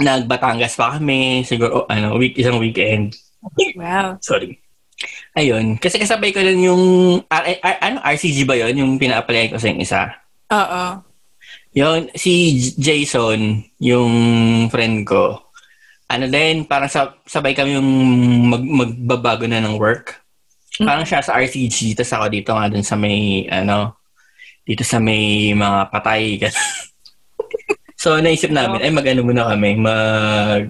nag-Batangas pa kami, siguro, oh, ano, week, isang weekend.
Wow.
Sorry. Ayun. Kasi kasabay ko din yung, R- R- ano, RCG ba yon Yung pina-apply ko sa yung isa.
Oo.
Yun, si J- Jason, yung friend ko, ano din, parang sa, sabay kami yung mag, magbabago na ng work. Parang siya sa RCG, tapos ako dito nga dun sa may, ano, dito sa may mga patay. so, naisip namin, ay mag-ano muna kami, mag,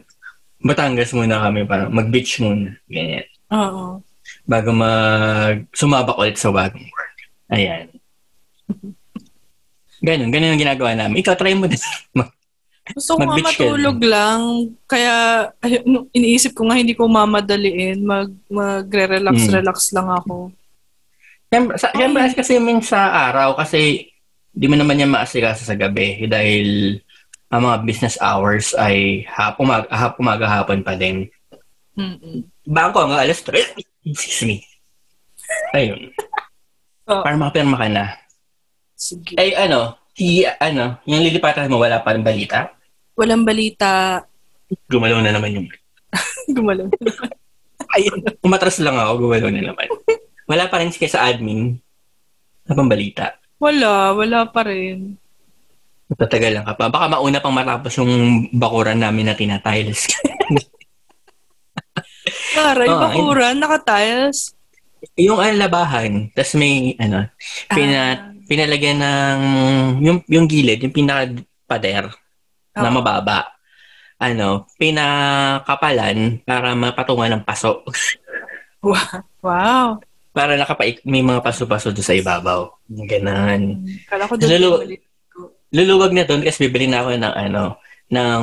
Batangas muna kami, parang mag-beach muna, ganyan.
Oo.
Bago mag, sumabak ulit sa bagong work. Ayan. Ganun, ganun ang ginagawa namin. Ikaw, try mo din.
Gusto ko nga
Mag-beach ka
matulog lang. Kaya ay- no, iniisip ko nga hindi ko mamadaliin. Mag, magre-relax,
Mm.
relax lang ako.
Siyempre, sa, siyempre kasi yung sa araw, kasi di mo naman yan maasikaso sa gabi dahil ang mga business hours ay hap, umaga, hap, umaga hapon pa din.
Mm-mm.
Bangko nga alas 3. Excuse me. Ayun.
Oo.
Para makapirma ka na.
Sige.
Ay, ano, si, ano, yung lilipatan mo, wala pa rin balita.
Walang balita.
Gumalaw na naman yung
Gumalaw.
Ayun. Umatras lang ako, gumalaw na naman. Wala pa rin si sa admin Ano na pambalita.
Wala. Wala pa rin.
Tatagal lang ka pa. Baka mauna pang matapos yung bakuran namin na tinatiles.
Taray,
Oo,
bakuran, naka-tiles.
yung ano, labahan, tas may, ano,
Ah.
pina, pinalagyan ng, yung, yung gilid, yung pinaka-pader na
Oo.
mababa. Ano, pinakapalan para mapatungan ng paso.
Wow.
para nakapaik, may mga paso-paso doon sa ibabaw. Ganon.
Kala ko doon
Lalo-
yung balita.
luluwag na doon kasi bibili na ako ng ano, ng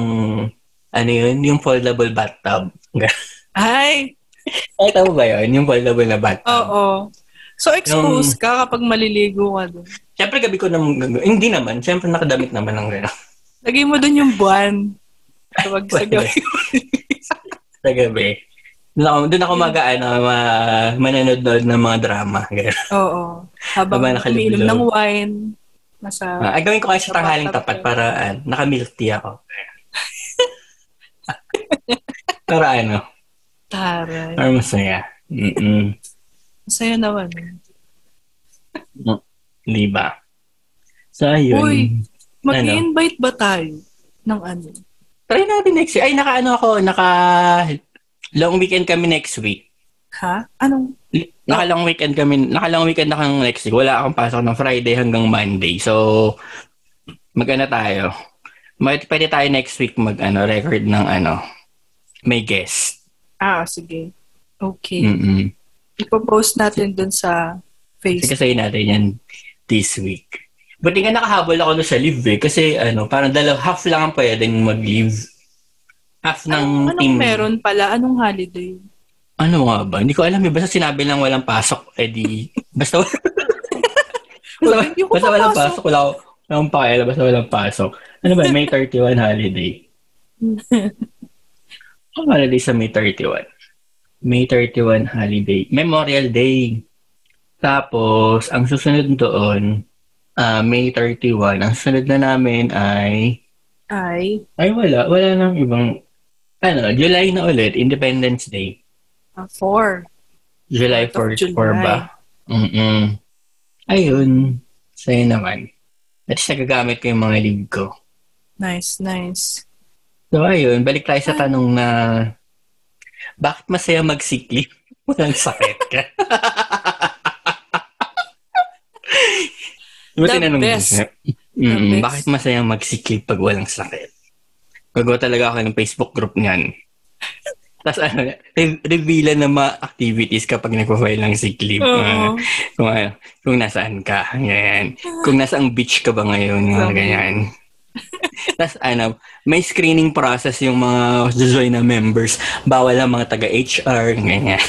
ano yun, yung foldable bathtub.
Ay,
Ay, tama ba yun? Yung foldable na bathtub.
oo. So, exposed ka kapag maliligo ka doon.
Siyempre, gabi ko naman gagawin. Hindi naman. Siyempre, nakadamit naman ng gano'n.
Lagay mo doon yung buwan. Kapag sa
Buwan.
gabi.
Sa gabi. Doon ako, doon ako mag, ano, ma, mananood-nood ng mga drama. Gano'n.
Oo. Habang
Habang nakalibog.
umiinom ng wine. Nasa...
Ah, gawin ko kasi sa tanghaling tapat para ah, naka-milk tea ako. para ano,
Taray.
para masaya. Mm-mm.
Masaya naman.
Ano? Di ba? So, ayun.
Uy. Mag-invite ba tayo ng ano?
Try natin next week. Ay, naka-ano ako, naka... Long weekend kami next week.
Ha? Anong?
Naka-long weekend kami, naka-long weekend na kang next week. Wala akong pasok ng Friday hanggang Monday. So, mag-ano tayo. Mag- pwede tayo next week mag-ano, record ng ano, may guest.
Ah, sige. Okay.
Mm-mm.
Ipopost natin doon sa
Sige,
Facebook.
sayin natin yan this week. Buti nga nakahabol ako doon sa leave eh. Kasi ano, parang dalaw, half lang ang pwedeng mag-leave. Half ng
Anong, anong
team.
meron pala? Anong holiday?
Ano nga ba? Hindi ko alam. eh. Basta sinabi lang walang pasok, eh di... Basta,
Wala,
wala,
hindi ko
basta walang
papasok.
pasok. Wala akong wala akong pakialam. Basta walang pasok. Ano ba? May 31 holiday. Ang holiday sa May 31. May 31 holiday. Memorial Day. Tapos, ang susunod doon, ah, May 31. Ang susunod na namin ay...
Ay,
Ay, wala. Wala nang ibang... Ano, July na ulit. Independence Day.
ah, four.
July
Fourth of
4 ba? Mm-mm. Ayun. Sa'yo naman. At least nagagamit ko yung mga leave ko.
Nice, nice.
So, ayun. Balik tayo
Ah.
sa tanong na bakit masaya mag-sick leave? Walang sakit ka. Diba
The
tinanong mo
best.
siya? Mm,
best.
bakit masaya mag-sick leave pag walang sakit? Gagawa talaga ako ng Facebook group niyan. Tapos ano, re- revealan ng mga activities kapag nagpa-file ng sick leave. Mga-
Oo.
kung, ano, kung nasaan ka, ganyan. Kung nasaang beach ka ba ngayon, mga
Grabe.
ganyan. Tapos ano, may screening process yung mga join na members. Bawal ang mga taga-HR, ganyan.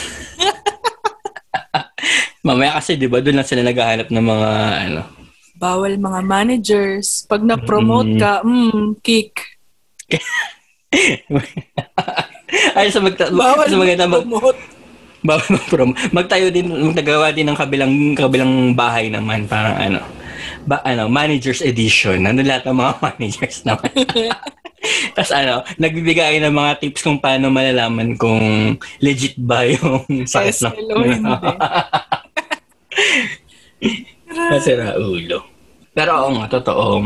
Mamaya kasi, di ba, doon lang sila naghahanap ng mga, ano,
Bawal mga managers. Pag na-promote
Mm.
ka, mm, kick.
ay, sa magta-
Bawal
sa maganda, mag,
promote.
bawal mag-promo. Magtayo din, magtagawa din ng kabilang, kabilang bahay naman, parang ano, ba, ano, managers edition. Ano lahat ng mga managers naman. Tapos ano, nagbibigay ng mga tips kung paano malalaman kung legit ba yung sakit
Yes,
ng ano.
hello, hindi.
Masira ulo. Pero oo nga, totoo.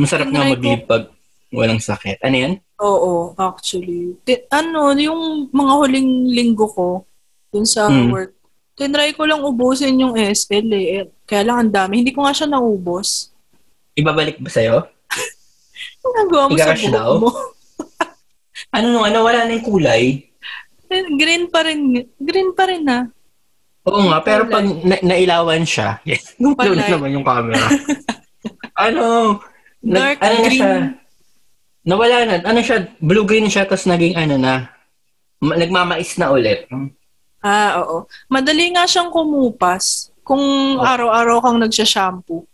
Masarap nga
Tinry ko.
mag-live pag walang sakit. Ano yan?
Oo, actually. Ti- ano, yung mga huling linggo ko, dun sa
Mm.
work, tinry ko lang ubusin yung SL eh. Eh, Kaya lang ang dami. Hindi ko nga siya naubos.
Ibabalik ba sa'yo?
Ang nagawa mo sa
Ikaw,
buhok
Slau?
mo?
Ano nung ano, wala na yung kulay.
Eh, green pa rin. Green pa rin ah. ha.
Oo nga, pero pag na- nailawan siya, yes, gumalaw na
Palay.
naman yung camera. ano?
Dark
ano na
green.
siya? Nawala na. Ano siya? Blue-green siya, tapos naging ano na, ma- nagmamais na ulit.
Ah, oo. Madali nga siyang kumupas kung
Oh.
araw-araw kang nagsha-shampoo.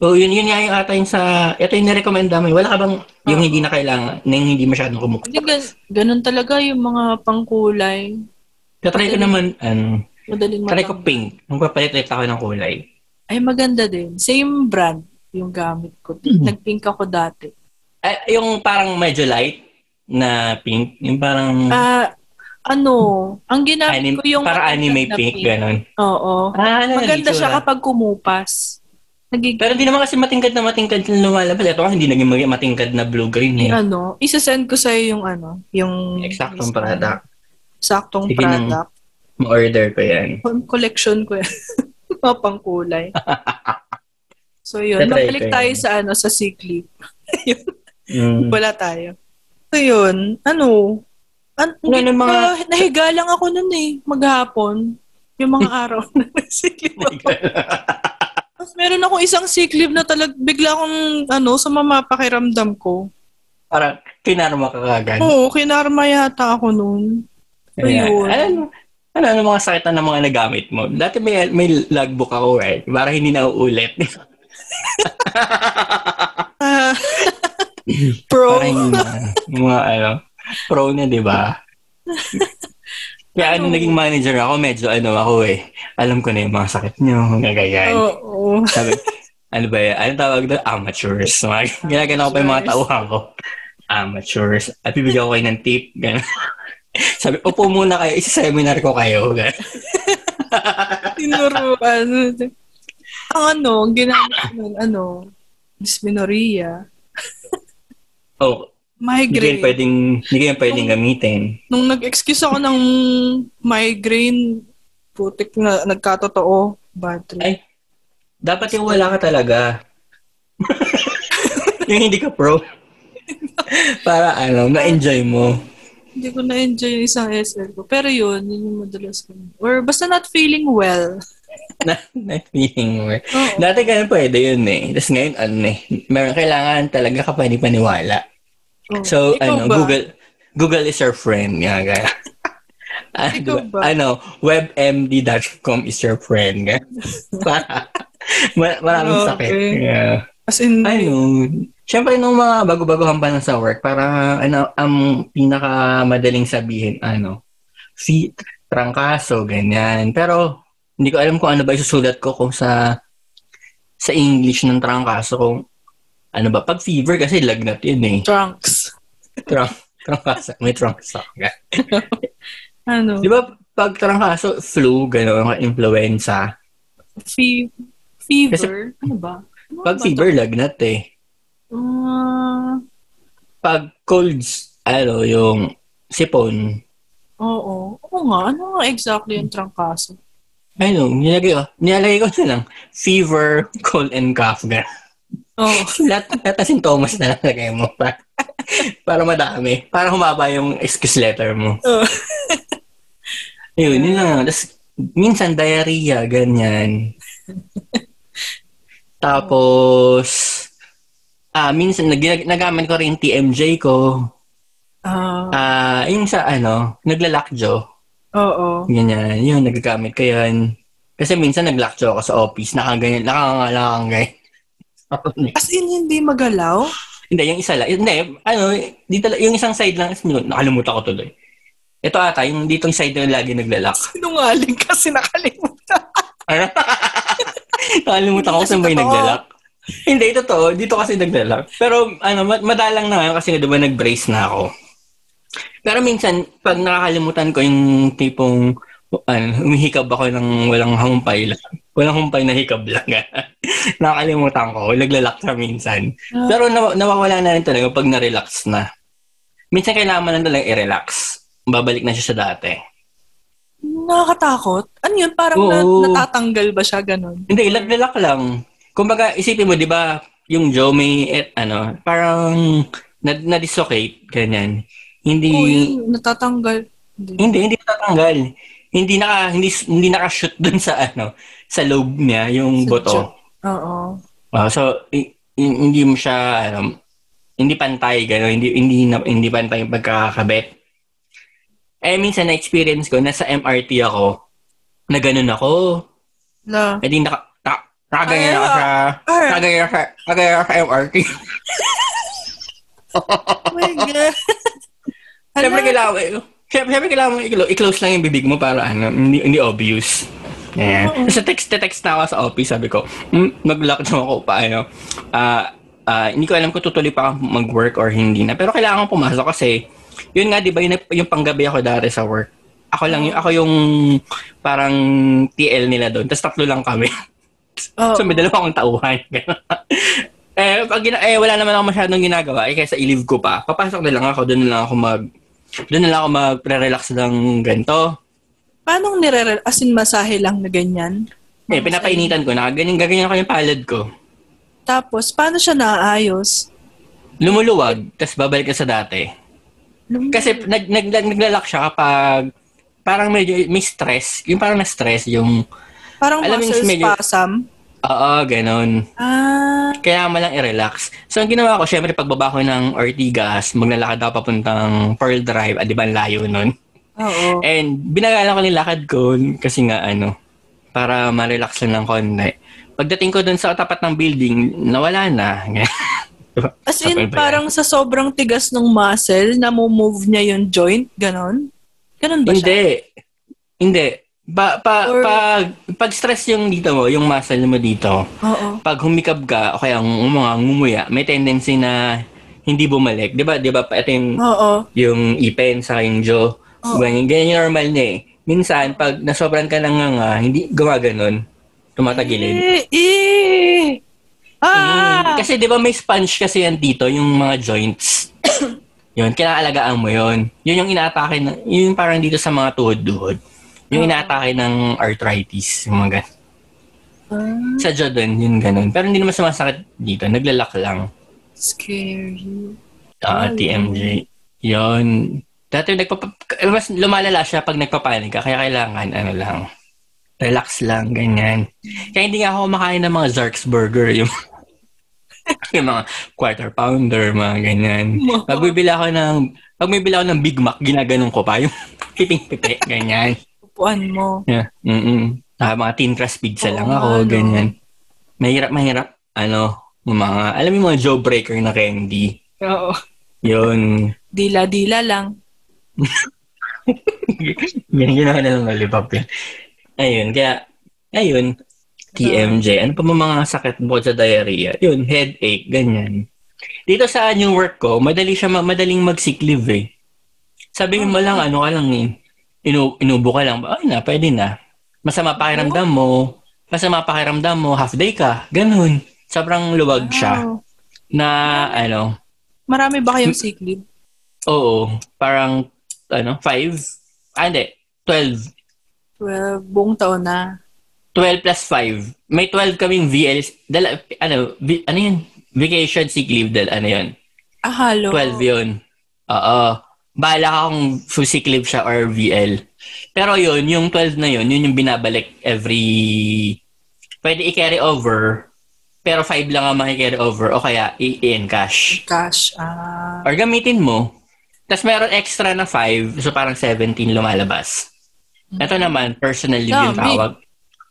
Oo, yun, yun nga yung ata yung sa, ito yung nirecommend namin. Wala ka bang, yung hindi na kailangan, na yung hindi masyadong
Hindi,
kumukha.
gan- ganun talaga yung mga pangkulay.
Tatry ko naman, ano,
Madaling
tatry ko
matanggal.
pink. Magpapalit-palit ako ng kulay.
Ay, maganda din. Same brand yung gamit ko.
Mhm.
Nag-pink ako dati.
Ay, Eh, yung parang medyo light na pink. Yung parang,
Ah, ano, ang ginamit
anime,
ko yung
parang anime
maganda na
pink, ganun.
Oo.
Ah, ano
Maganda
nandito
siya
na.
kapag kumupas. Nagiging,
Pero hindi naman kasi matingkad na matingkad na lumalabas. Ito nga, hindi naging magi- matingkad na blue-green eh.
ano, isasend ko sa'yo yung ano, yung
Eksaktong product.
Saktong
Sige nang-
product.
Ma-order ko yan.
Yung Collection ko yan. Mga pangkulay. so yun,
Tatry ko
mabalik
yan.
tayo sa ano, sa sick leave.
Mm.
Wala tayo. So yun, ano, an,
Ano
hindi-
yung mga-
na- nahiga lang ako nun eh, maghapon. Yung mga araw na nag-sick leave ako. Tapos meron akong isang sick leave na talag, bigla akong, ano, sa mamapakiramdam ko.
parang kinarma ka kagad.
Oo, kinarma yata ako noon.
Ayan.
ayun.
Ano, ano, ano mga sakit na ng mga nagamit mo? Dati may, may logbook ako eh. Para hindi na uulit.
Ah, pro.
Parang yung mga, yung mga ano, pro na, di ba? Kaya ano,
Ano?
naging manager ako, medyo ano ako eh. Alam ko na yung mga sakit nyo, mga ganyan.
Oo. oo.
Sabi, ano ba yan? Anong tawag doon? Amateurs. Mga, ginagano ko pa yung mga
Amateurs.
tauhan ko. Amateurs. At bibigyan ko kayo ng tip. Ganun. Sabi, upo muna kayo. Isa-seminar ko kayo. Ganun.
Tinuruan. Ang ano, ang ginamit ko nun, ano, dysmenorrhea,
Oh, hindi ko yan
migraine.
pwedeng, hindi ko yan pwedeng gamitin.
Nung nag-excuse ako ng migraine, putik na nagkatotoo. Bad trip.
Ay. Dapat yung wala ka talaga. yung hindi ka pro. Para ano, na-enjoy mo.
Hindi ko na-enjoy yung isang SL ko. Pero yun, yun yung madalas ko. Or basta not feeling well.
Na, na-feeling mo.
Oo.
Dati ganun pwede yun eh. Tapos ngayon, ano eh. Meron kailangan talaga ka paniwala.
Oo.
So,
Ikaw
ano,
ba?
Google Google is your friend. Nga, nga. Ah, di
Ikaw ba?
Ano, webmd.com is your friend. Nga. Para, ma- maraming
Okay.
sakit. Yeah.
As in,
Ano, syempre nung mga bago-baguhan pa lang sa work, para ano, ang pinakamadaling sabihin, ano, si trangkaso, ganyan. Pero, hindi ko alam kung ano ba isusulat ko kung sa sa English ng trangkaso kung ano ba, pag fever kasi lagnat yun eh.
trunks.
Trang, trangkaso, may trangkaso. Di
Ano?
ba, pag trangkaso, flu, gano'n, influenza.
Fe- fever? ano ba? Ano
Pag
ba
fever, lagnat eh.
to? Ah,
Pag colds, ano, yung sipon,
oo. Oo nga. Ano nga exactly yung trangkaso?
Ano, nilagay ko. Nilagay ko na lang. Fever, cold, and cough. Ganun.
Oo.
Lahat, lahat na sintomas na nalagay mo. Para, para madami. Para humaba yung excuse letter mo.
Oo.
Yun, yun lang. Tapos, minsan diarrhea, ganyan. Tapos, ah, minsan, nag, nagamit ko rin TMJ ko.
Ah,
Ah, yung sa, ano, naglalakjo.
oo.
Ganyan, yun, nagagamit ko yan. Kasi minsan nag-lecture ako sa office, nakaganyan, nakangangalangay.
As in, hindi magalaw?
hindi, yung isa lang. Hindi, ano, di tala, yung isang side lang, is- nakalimutan ko tuloy. Ito ata, yung ditong side na lagi naglalak.
Sinungaling kasi nakalimutan.
nakalimutan ko kung saan ba yung naglalak. Hindi, totoo. Dito kasi nagdala. Pero ano, ma- madalang na ngayon kasi nga, di ba nag-brace na ako. Pero minsan, pag nakakalimutan ko yung tipong ano, umihikab ako ng walang humpay lang. Walang humpay na hikab lang. nakakalimutan ko. Naglalak siya minsan.
Ah.
Pero naw- nawawala na rin talaga pag na-relax na. Minsan kailangan mo lang talaga i-relax. Babalik na siya sa dati.
Nakakatakot. Ano yun? Parang
Oo.
nat- natatanggal ba siya? Ganon.
Hindi, lag-lag lang. Kumbaga, isipin mo, di ba, yung Joe may, eh, ano, parang na- na-dislocate, ganyan. Hindi,
Oo, yun. Natatanggal. Hindi.
hindi, hindi tatanggal. Hindi naka, hindi, hindi naka-shoot dun sa, ano, sa lobe niya, yung
Sa
boto.
jaw. Oo.
Ah, so, i- i- hindi mo siya, ano, hindi pantay, gano'n, hindi, hindi, na- hindi pantay yung pagkakakabit. Eh, minsan na-experience ko, nasa MRT ako, na gano'n ako.
La.
Eh, di naka, na, nakaganyan ako sa,
Arr,
nakaganyan ako sa, nakaganyan ako sa MRT.
oh my God. Hala.
Siyempre, kailangan, mo- siyempre, siyempre kailangan mo i-clo- i-close lang yung bibig mo para, ano, hindi, hindi obvious. Yeah.
Oo.
Sa text, text na ako sa office, sabi ko, mm, mag-lock na ako pa, ano, ah, ah, hindi ko alam kung tutuloy pa ako mag-work or hindi na. Pero kailangan ko pumasok kasi, yun nga, di ba, yung, yung panggabi ako dati sa work. Ako lang, yung, ako yung parang TL nila doon. Tapos tatlo lang kami.
Oo.
So, may dalawa akong tauhan. Ganun. eh, pag, gina- eh, wala naman ako masyadong ginagawa. Eh, kaysa i-leave ko pa. Papasok na lang ako. Doon na lang ako mag... Doon na lang ako magre-relax ng ganito.
Paano nire As in, masahe lang na ganyan?
Eh, pinapainitan ko na. Ganyan, gaganyan ako yung palad ko.
Tapos, paano siya naaayos?
Lumuluwag, tapos babalik ka sa dati.
Nung-
Kasi nag, nag, nag, naglalak siya kapag parang medyo may stress. Yung parang na-stress yung,
parang
alam mo yung
muscle
medyo-
spasm.
oo, ganun.
Ah,
Kaya malang i-relax. So, ang ginawa ko, syempre, pagbaba ko ng Ortigas, maglalakad ako papuntang Pearl Drive. Ah, di ba, ang layo nun?
oo.
And binagalan ko yung lakad ko kasi nga ano, para ma-relax lang ng konti. Pagdating ko dun sa tapat ng building, nawala na. Diba?
As
Kapal ba yan?
in, parang sa sobrang tigas ng muscle, namumove niya yung joint, ganon? Ganon ba siya?
Hindi. Hindi. Pa, pa,
Or-
pag, pag stress yung dito mo, yung muscle mo dito,
Oo.
pag humikab ka, o kaya ng- mga ngumuya, may tendency na hindi bumalik. Di ba? Di ba? Ito yung,
Oo.
yung ipin sa yung jaw.
Oo.
Ganyan, ganyan yung normal niya eh. Minsan, pag nasobran ka ng nga, hindi gumaganon. Tumatagilid.
Eh, eh.
Mm.
Ah!
Kasi 'di ba may sponge kasi yan dito, yung mga joints. 'Yun, kinaalagaan mo 'yun. 'Yun yung inaatake ng yun yung parang dito sa mga tuhod-duhod. Yung inaatake ng arthritis, yung mga gan-
Ah,
Sa jaw dun, yun ganun. Pero hindi naman sumasakit dito, naglalak lang.
scary.
Ah,
Ay.
TMJ. 'Yun. Dati nagpapa eh, mas lumalala siya pag nagpapanik ka, kaya kailangan ano lang. Relax lang, ganyan. Kaya hindi nga ako kumakain ng mga Zark's Burger, yung, yung mga quarter pounder, mga ganyan. Pag bibili ako ng, pag bibili ako ng Big Mac, ginaganon ko pa, yung piping-pipi, ganyan.
Upuan mo.
Yeah. Mm-mm. Ah, mga thin crust pizza
Oo
lang
nga,
ako,
no?
ganyan. Mahirap, mahirap, ano, yung mga, alam mo yung mga jawbreaker na candy.
Oo.
Yun.
Dila-dila lang.
Yan, ginawa na lang lollipop yun. Ayun, kaya, ayun, TMJ. Ano pa mga mga sakit bukod sa diarrhea? Yun, headache, ganyan. Dito sa yung work ko, madali siya, ma- madaling mag-sick leave eh. Sabihin mo lang, ano ka lang eh, inu- inubo ka lang, ay na, pwede na. Masama pakiramdam mo, masama pakiramdam mo, half day ka, ganun. Sobrang luwag siya
Wow.
na, ano,
Marami ba kayong sick leave?
oo, parang, ano, five, ah, hindi, 12
Well, buong taon na.
12 plus 5. May 12 kaming VL, dala, ano, vi- ano yun? Vacation sick leave, dala, ano yun?
Ah, halo.
12 yun. Oo. Bahala ka kung fu- sick leave siya or VL. Pero yun, yung 12 na yun, yun yung binabalik every... Pwede i-carry over, pero 5 lang ang makikarry over o kaya i- i-encash.
Cash. Ah.
Or gamitin mo. Tapos meron extra na 5, so parang 17 lumalabas. Ito naman, personal leave yung
Dami.
tawag.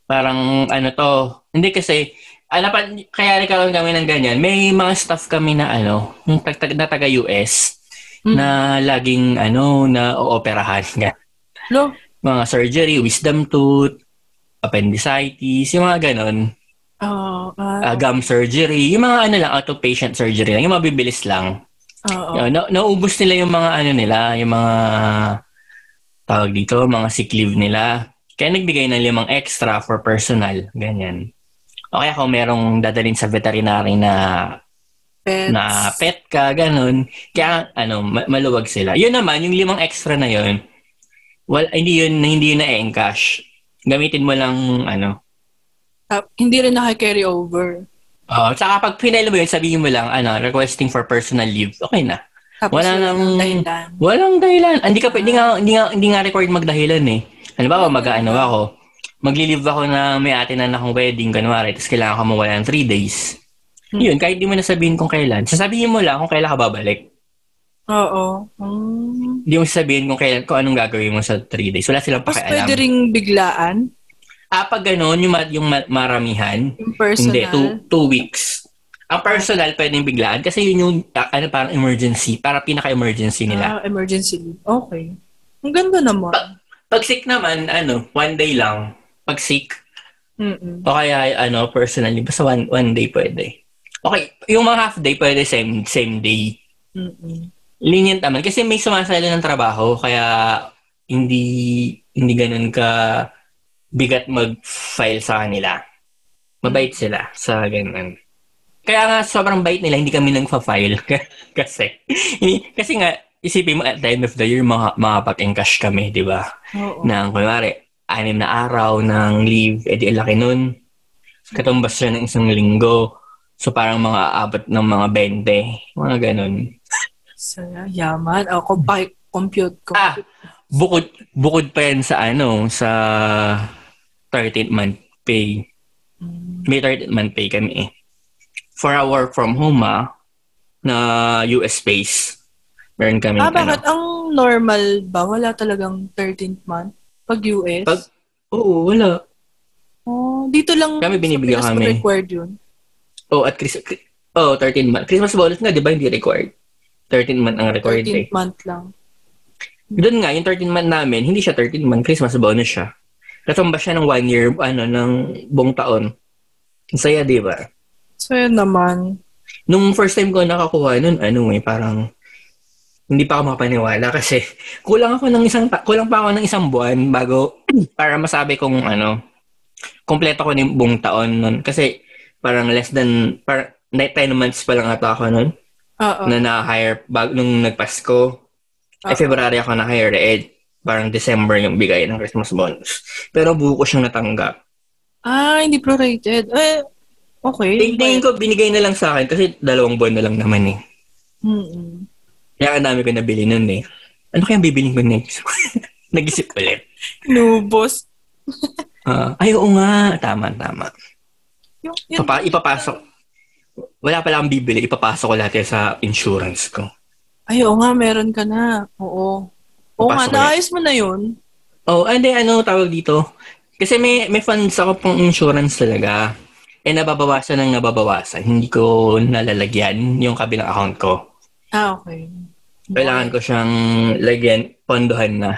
Parang ano to, hindi kasi, alam pa, kaya nagkaroon kami ng ganyan. May mga staff kami na ano, yung tag, tag, na taga-US,
Mm.
na laging ano, na ooperahan nga.
Lo,
Mga surgery, wisdom tooth, appendicitis, yung mga ganon.
Oo. ah,
uh, gum surgery, yung mga ano lang, outpatient surgery lang, yung mabibilis lang.
Oo.
Yun, na, naubos nila yung mga ano nila, yung mga tawag dito, mga sick leave nila. Kaya nagbigay ng limang extra for personal, ganyan. O kaya kung merong dadalhin sa veterinary na
Pets.
na pet ka, ganun. Kaya ano, ma- maluwag sila. Yun naman, yung limang extra na yun, well, hindi yun, hindi yun na-encash. Gamitin mo lang, ano,
Ah, hindi rin naka-carry over.
Oo, tsaka pag pinail mo yun, sabihin mo lang, ano, requesting for personal leave, okay na.
Tapos
Wala nang-
dahilan.
Walang dahilan. Hindi ka, pa- hindi nga, hindi nga, hindi nga required magdahilan eh. Halimbawa, mag-ano ako, magli-leave ako na may atinan akong wedding, kanwari, tapos kailangan ko mawala ng 3 days.
Hmm.
Yun, kahit di mo na sabihin kung kailan. Sasabihin mo lang kung kailan ka babalik.
Oo. Mm.
Hindi mo sasabihin kung kailan, kung anong gagawin mo sa 3 days. Wala silang
Tapos pwede
pakialam.
ring biglaan.
Ah, pag ganun, yung, ma- yung ma- maramihan,
Yung personal.
Hindi, two, two weeks. Ang personal, pwedeng biglaan. Kasi yun yung, ah, ano, parang emergency. Para pinaka-emergency nila.
Ah, emergency leave. Okay. Ang ganda naman.
Pag sick naman, ano, one day lang. Pag sick,
Mm-mm.
o kaya, ano, personally, basta one, one day pwede. Okay, yung mga half day, pwede same, same day.
Mm-mm.
Lenient naman. Kasi may sumasalo ng trabaho, kaya hindi, hindi ganun ka bigat mag-file sa kanila. Mabait sila sa ganun. Kaya nga, sobrang bait nila, hindi kami nagpa-file. kasi, kasi nga, isipin mo, at the end of the year, mga, makapag-encash kami, di ba?
Oo.
ng kunwari, anim na araw ng leave, edi laki nun. Katumbas siya ng isang linggo. So parang mga aabot ng mga 20. Mga ganun.
Saya, yaman. Ako, bike compute ko.
Ah, bukod, bukod pa yan sa ano, sa 13th month pay.
Mm.
May 13th month pay kami eh. For our work from home ah, na US space. Meron kami. ano,
Ah, bakit? Ang normal ba? Wala talagang 13th month? Pag US?
Pag- Oo, wala.
oh, dito lang.
Kami, binibigyan
sa Pinas
kami.
pa required yun.
Oh, at Chris, oh, 13 month. Christmas bonus nga, di ba? Hindi required. 13 month ang required
13th
eh.
month lang.
Doon nga, yung 13 month namin, hindi siya 13 month, Christmas bonus siya. Katumba siya ng one year, ano, ng buong taon. Ang saya, di ba?
So, yun naman.
Nung first time ko nakakuha nun, ano eh, parang hindi pa ako makapaniwala kasi kulang ako ng isang ta- kulang pa ako ng isang buwan bago para masabi kong ano kompleto ko na yung buong taon nun kasi parang less than par, 10 months pa lang ata ako nun
Oo.
na na-hire bag nung nagpasko. Ay,
Oo.
February ako na-hire eh. Parang December yung bigay ng Christmas bonus. Pero buo ko siyang natanggap.
Ah, hindi prorated. Eh, okay.
Tingin ko, binigay na lang sa akin kasi dalawang buwan na lang naman eh.
Mm-mm.
Kaya ang dami ko nabili nun eh. Ano kaya bibiling ko next? Nag-isip ulit.
Nubos.
Ah, ay, oo nga. Tama, tama.
Yung, yun,
Papa, ipapasok. Wala pala akong bibili. Ipapasok ko lahat yan sa insurance ko.
Ay, oo nga, meron ka na. Oo. Oo nga,
Papasok ulit.
naayos mo na yun.
Oh, and then ano tawag dito? Kasi may may funds ako pang insurance talaga. Eh nababawasan ng nababawasan. Hindi ko nalalagyan yung kabilang account ko.
Ah, okay.
Kailangan ko siyang lagyan, pondohan na.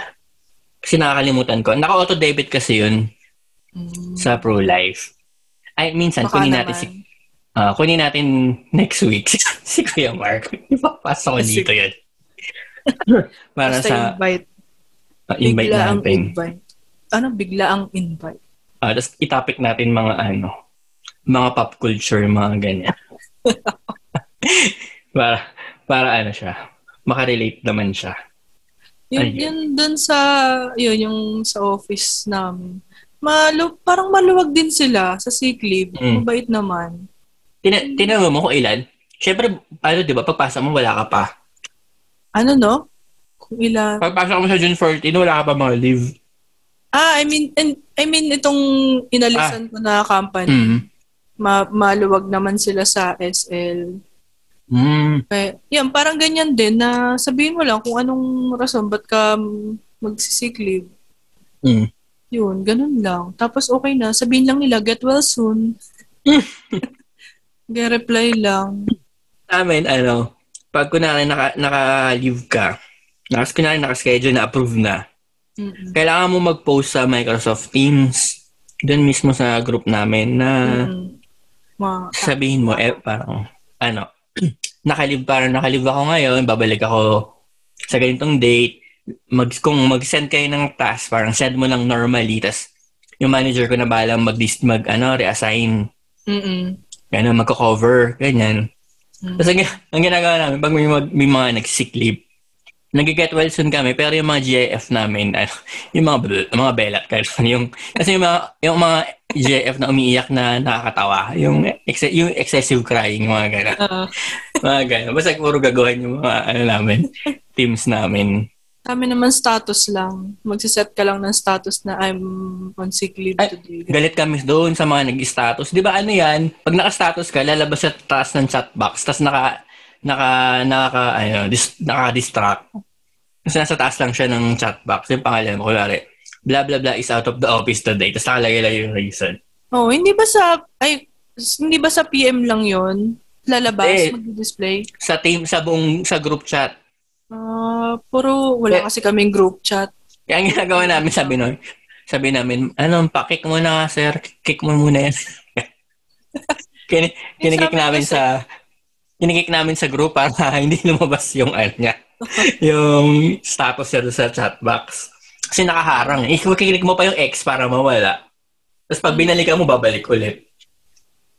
Kasi nakakalimutan ko. Naka-auto debit kasi yun
Mm.
sa ProLife. Ay, minsan,
Baka
kunin natin, si,
naman.
ah, kunin natin next week si Kuya Mark. Ipapasa ko
Kasi-
dito yun. Para
Basta
sa
invite.
ah, invite
bigla ang
natin.
invite. Ano, bigla ang invite?
Ah, tapos itopic natin mga ano, mga pop culture, mga ganyan. para, para ano siya, makarelate naman siya.
Yun,
Ayun.
yun dun sa, yun, yung sa office namin. Malu, parang maluwag din sila sa sick leave.
Mm.
Mabait naman.
Tina, tinanong mo kung ilan? Siyempre, ano di ba, pagpasa mo, wala ka pa.
Ano, no? Kung ilan.
Pagpasok mo sa June 14, wala ka pa mga leave.
Ah, I mean, and, I mean, itong inalisan ko na company,
Mm.
ma- maluwag naman sila sa SL.
Mm.
Kaya, yan, parang ganyan din na sabihin mo lang kung anong rason ba't ka magsisick leave.
Mm.
Yun, ganun lang. Tapos okay na, sabihin lang nila, get well soon. Ge-reply lang.
Amin, ano, pag kunwari naka, naka-leave ka, nakas, kunwari naka-schedule na approve na,
Mm-mm.
kailangan mo mag-post sa Microsoft Teams, doon mismo sa group namin na
Mm-mm. Ma-
sabihin mo, eh, parang, ano, nakalib, parang nakalib ako ngayon, babalik ako sa ganitong date, mag, kung mag-send kayo ng task, parang send mo lang normally, tas yung manager ko na balang mag, mag ano, reassign,
Mm-mm.
gano'n, magko-cover, ganyan.
Mm.
Tapos ang, ang ginagawa namin, pag may, mag- may mga nag-sick leave, nag-get well soon kami, pero yung mga GIF namin, ano, yung mga, bl- mga belat, kailangan yung, kasi yung mga, yung mga GIF na umiiyak na nakakatawa, yung, ex- yung excessive crying, mga gano'n.
Ah,
Mga gano'n. Basta puro gagawin yung mga, ano namin, teams namin.
kami naman status lang. Magsiset ka lang ng status na I'm on sick leave
Ay,
today.
Galit kami doon sa mga nag-status. Di ba ano yan? Pag naka-status ka, lalabas sa taas ng chat box. Tapos naka, naka, naka, ano, dis, naka-distract. Tapos nasa taas lang siya ng chat box. Yung pangalan mo, kunwari, blah, blah, blah is out of the office today. Tapos nakalagay lang yung reason.
Oh, hindi ba sa ay s- hindi ba sa PM lang 'yon?
Eh.
Lalabas, magdi-display.
Sa team, sa buong, sa group chat.
Ah, puro
Eh.
wala kasi kaming group chat.
Kaya ang ginagawa namin, sabi nun, sabi namin, ano, pakik mo na, sir. Kick mo muna yan. Kin- kinikik
Sabi ko
namin
sa-
sa kinikik namin sa group para hindi lumabas yung ano niya. yung status niya doon sa chat box. Kasi nakaharang. Eh, kikilik mo pa yung X para mawala. Tapos pag binalikan mo, babalik ulit.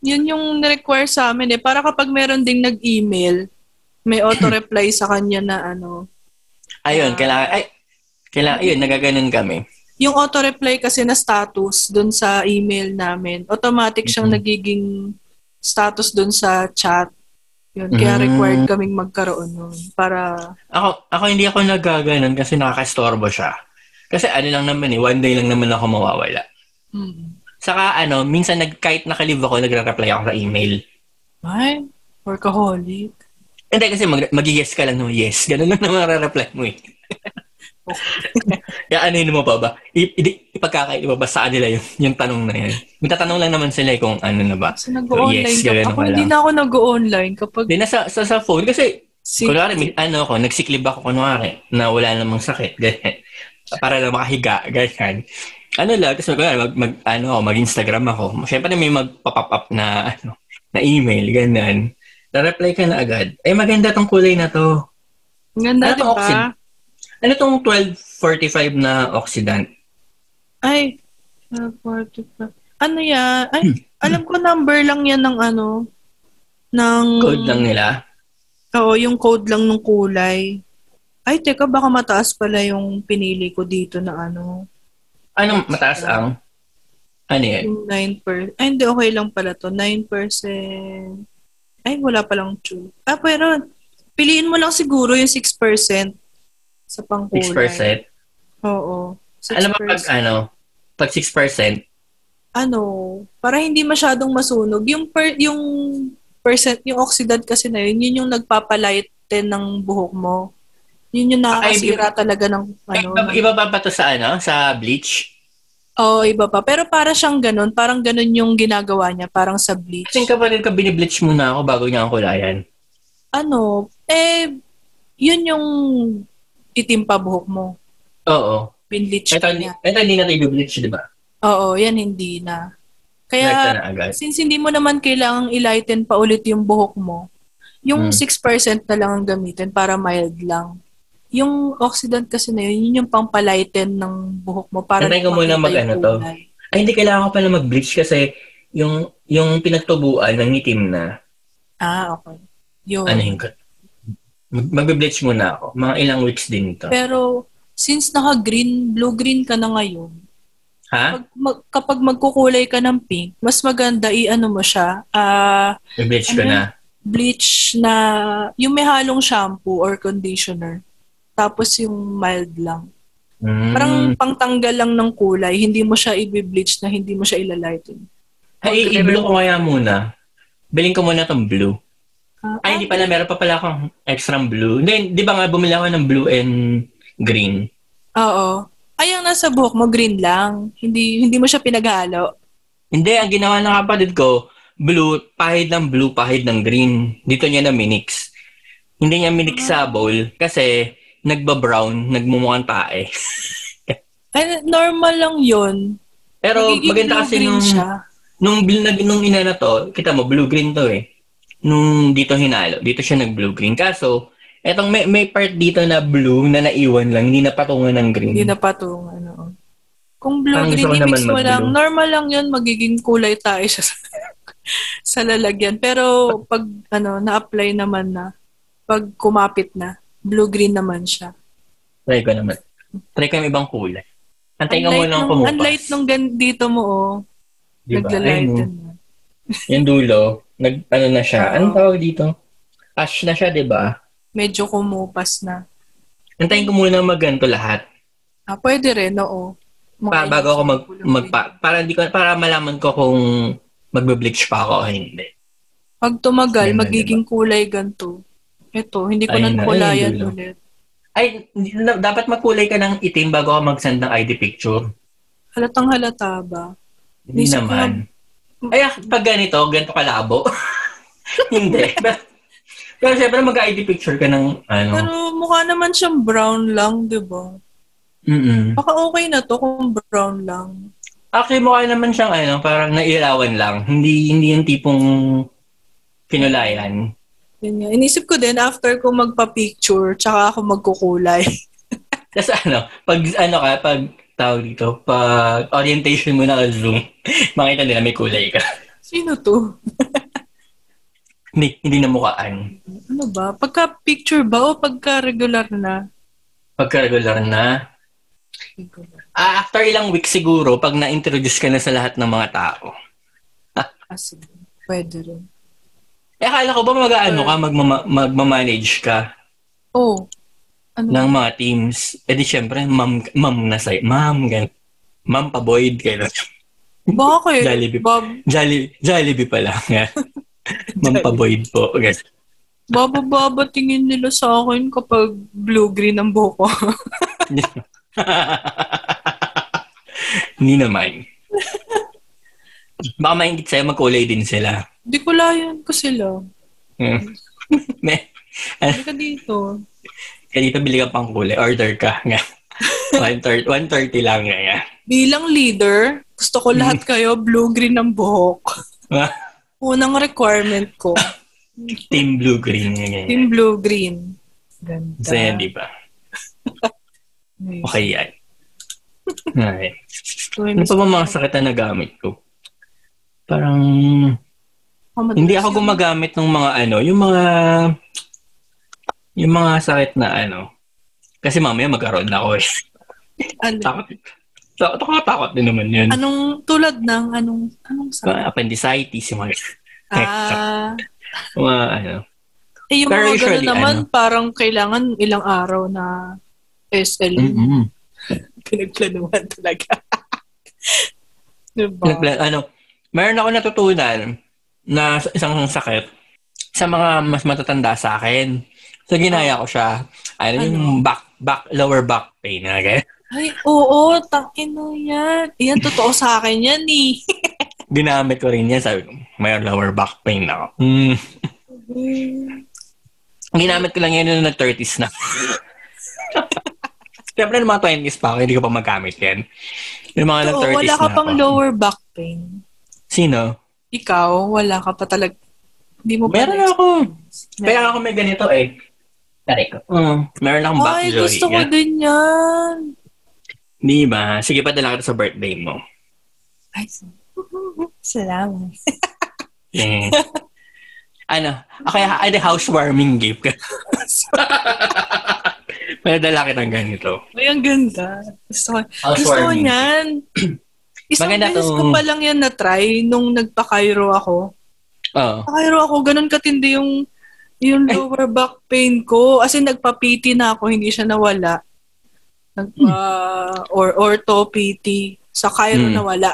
Yun yung require sa amin eh. Para kapag meron ding nag-email, may auto-reply sa kanya na ano.
Ayun,
Ah.
kailangan, ay, kailangan, ayun, nagaganon kami.
Yung auto-reply kasi na status dun sa email namin, automatic siyang
Mhm.
nagiging status dun sa chat. Yun, kaya
Mm.
required kaming magkaroon nun. Para,
Ako, ako hindi ako nagaganon kasi nakakastorbo siya. Kasi ano lang naman eh, one day lang naman ako mawawala.
mm,
Saka ano, minsan nag, kahit nakalive ako, nagre-reply ako sa email.
ay, workaholic.
Hindi kasi mag, mag-yes ka lang ng yes. Ganun lang naman re-reply mo eh. Kaya ano yun mo pa ba? I, i, ipagkakaili mo ba sa kanila yung, yung tanong na yan? May tatanong lang naman sila eh kung ano na ba.
Kasi nag-online
Yes,
ka.
ganun
Ako
ka
hindi
lang.
na ako nag-online kapag
Hindi na sa, sa, sa phone kasi
si...
kunwari, may, ano ko, nagsiklib ako kunwari na wala namang sakit. Ganyan. Para lang makahiga. Ganyan. Ano lang, tapos kunwari, mag, mag, ano, ako, mag-Instagram ako. Siyempre may magpa-pop up na, ano, na email, ganyan. Na-reply ka na agad. Eh, maganda tong kulay na to.
Ang ganda,
Ano
di
to, Oxid?
ba?
Ano tong 1245 na oxidant?
Ay, ah, 45. ano yan? Ay, alam ko number lang yan ng ano, ng...
Code
Mm.
lang nila.
Oo, yung code lang ng kulay. Ay, teka, baka mataas pala yung pinili ko dito na ano,
Anong mataas ang? Ano yan?
yung 9%. Ay, hindi, okay lang pala to. 9%. Ay, wala palang true. Ah, pero, piliin mo lang siguro yung 6% sa pangkulay.
6%.
Oo. 6%.
Alam mo pag ano? Pag 6%,
ano, para hindi masyadong masunog, yung per, yung percent, yung oxidant kasi na yun, yun yung nagpapalighten ng buhok mo. Yun yung
Ah,
nakakasira talaga ng ano.
iba,
ng-
iba pa ba to sa ano? Sa bleach?
Oo, iba pa. Pero para siyang ganun, parang ganun yung ginagawa niya, parang sa bleach.
Kasi kapatid ko, binibleach muna ako bago niya ang kulayan.
Ano, eh, yun yung itim pa buhok mo.
Oo.
Binleach
Ito,
ka niya.
ito hindi natin i-bleach, di ba?
Oo, yan hindi na.
Light
Kaya,
na na agad.
since hindi mo naman kailangang i-lighten pa ulit yung buhok mo, yung
Hmm.
6% na lang ang gamitin para mild lang. Yung oxidant kasi na yun, yun yung pampalighten ng buhok mo para
Try ko
hindi
muna
makita
mag-
yung
ano to.
kulay.
Ay, hindi kailangan ko pala mag-bleach kasi yung yung pinagtubuan ng itim na,
Ah, okay. Yun.
ano yung mag- bleach muna ako. Mga ilang weeks din ito.
Pero, since naka-green, blue-green ka na ngayon,
Ha?
pag, mag- kapag magkukulay ka ng pink, mas maganda i-ano mo siya, ah,
Mag-bleach ko
Ano?
na.
bleach na, yung may halong shampoo or conditioner. Tapos yung mild lang.
Mm.
Parang pangtanggal lang ng kulay, hindi mo siya i-bleach na hindi mo siya ilalighten.
Ay,
Okay.
i-blue ko kaya muna. Biling ko muna tong blue. Ay,
Ah.
hindi pala. Meron pa pala akong extra blue. Hindi, di ba nga bumili ako ng blue and green?
Oo. Ay, yung nasa buhok mo, green lang. Hindi hindi mo siya pinaghalo.
Hindi, ang ginawa ng kapatid ko, blue, pahid ng blue, pahid ng green. Dito niya na minix. Hindi niya
Ah.
minix sa bowl kasi nagba-brown, nagmumukhang tae.
Ay, normal lang yun.
Pero
Nagiging
maganda kasi
blue-green
nung,
siya.
nung, bil- nag- nung ina na to, kita mo, blue-green to eh. Nung dito hinalo, dito siya nag-blue-green. Kaso, etong may, may part dito na blue na naiwan lang, hindi napatungan ng green.
Hindi na patungan. oo. Kung
Parang
blue-green,
gusto ko naman
i-mix mo lang.
mag-blue.
Normal lang yun, magiging kulay tayo sa, sa lalagyan. Pero pag ano, na-apply naman na, pag kumapit na, blue-green naman siya.
Try ko naman. Try ko yung ibang kulay. Antayin ka
Ang light
muna ng
nung-
kumupas.
Ang light nung gan- dito mo, oh.
Diba?
Naglalighten
Ayun,
na.
yung dulo, nag, ano na siya. Anong
Oo.
tawag dito? Ash na siya, di ba?
Medyo kumupas na.
Antayin ko muna maganto lahat.
Ah, pwede rin, oo. Mga
Pa, bago ako mag,
kulay.
magpa, para, hindi ko, para malaman ko kung magbe-bleach pa ako o hindi.
Pag tumagal,
Ganun,
magiging kulay ganito. Ito, hindi ko
diba? Ayun
na
na,
kulayan
ayun, dulo.
ulit.
Ay, hindi na- dapat magkulay ka ng itim bago ka mag-send ng ID picture.
Halatang halata ba?
Hindi
Isip ko
naman. Ay, ah, pag ganito, ganito kalabo. hindi. Pero, pero syempre mag-ID picture ka ng ano.
Pero mukha naman siyang brown lang, di ba?
Mm-mm.
Baka okay na to kung brown lang.
Actually, mukha naman siyang ano, parang nailawan lang. Hindi hindi yung tipong kinulayan.
Yun nga. Inisip ko din, after ko magpa-picture, tsaka ako magkukulay.
Tapos ano, pag ano ka, pag tawag dito, pag orientation mo na Zoom, makita nila may kulay ka.
Sino to?
hindi, hindi na mukhaan.
Ano ba? Pagka-picture ba o pagka-regular na?
Pagka-regular na,
Regular.
Ah, after ilang weeks siguro, pag na-introduce ka na sa lahat ng mga tao.
Ah, sige. Pwede rin.
Eh, akala ko ba mag-ano ka, magmama- magmamanage ka
Oh. Ano?
ng mga teams? Eh di syempre, ma'am, ma'am na sa'yo. Ma'am, gan- Ma'am Paboyd, gano'n.
Bakit?
Jollibee.
Bab
Jolli- Jollibee pala. nga. ma'am Paboyd po. gano'n.
babababa tingin nila sa akin kapag blue-green ang buhok ko.
Hindi naman. Baka maingit sa'yo, magkulay din sila.
Hindi ko layan ko sila.
Hmm. May-
Hindi ka dito.
Kaya dito bili ka pang kulay, order ka. Nga. 130, 130 lang. Nga. nga.
Bilang leader, gusto ko
Mm.
lahat kayo blue-green ang buhok. Unang requirement ko,
Team Blue Green. Ganyan.
team blue-green. Ganda.
Saya, di ba?
Nice.
Okay yan. Alright.
Tuwing
Ano
gusto
pa ba mga sakit na nagamit ko? Parang,
ko madalas
hindi ako
yun.
gumagamit ng mga ano, yung mga, yung mga sakit na ano. Kasi mamaya magkaroon na ako eh.
Ano?
Takot. ta- Takot-takot din naman yun.
Anong tulad ng anong anong sa
Mga appendicitis, yung mga,
ah
mga ano.
eh, yung
Pero
mga ganun
usually,
naman parang kailangan ilang araw na E SL
Mm-mm.
pinagplanuhan talaga. diba?
Nagpla- ano, meron ako natutunan na sa- isang sakit sa mga mas matatanda sa akin. So, ginaya ko siya. Ano, yung back, back, lower back pain. Okay?
Ay, oo, takin mo yan. Yan, totoo sa akin yan eh.
Ginamit ko rin yan. Sabi ko, may lower back pain na ako. Mm. Ginamit ko lang yan nung nag-30s na. Siyempre, nung mga 20s pa ako, hindi ko pa magamit yan. Yung mga
Oo,
nag-30s
wala ka
na
pang
ako.
lower back pain.
Sino?
Ikaw, wala ka pa talaga. Hindi mo pa
Meron
na-
ako. Kaya
Meron.
ako may ganito eh. Tari ko. Mm. Meron akong back
Ay,
injury.
gusto ko
Yan.
din yan.
Di ba? Sige, padala kita sa birthday mo.
Ay, salamat.
Eh. ano? Okay, ay, di, housewarming gift. Padala kita ng ganito.
Ay, ang ganda. Gusto ko, gusto ko
Housewarming.
niyan.
Oh,
Isang
Maganda
beses
to.
ko pa lang yan na-try nung nagpa-Cairo ako.
Oo.
Nagpa-Cairo ako, ganun katindi yung yung
Ay.
lower back pain ko. As in, nagpa-PT na ako, hindi siya nawala. Nagpa, or ortho-PT. Sa Cairo
Hmm. Ah.
nawala.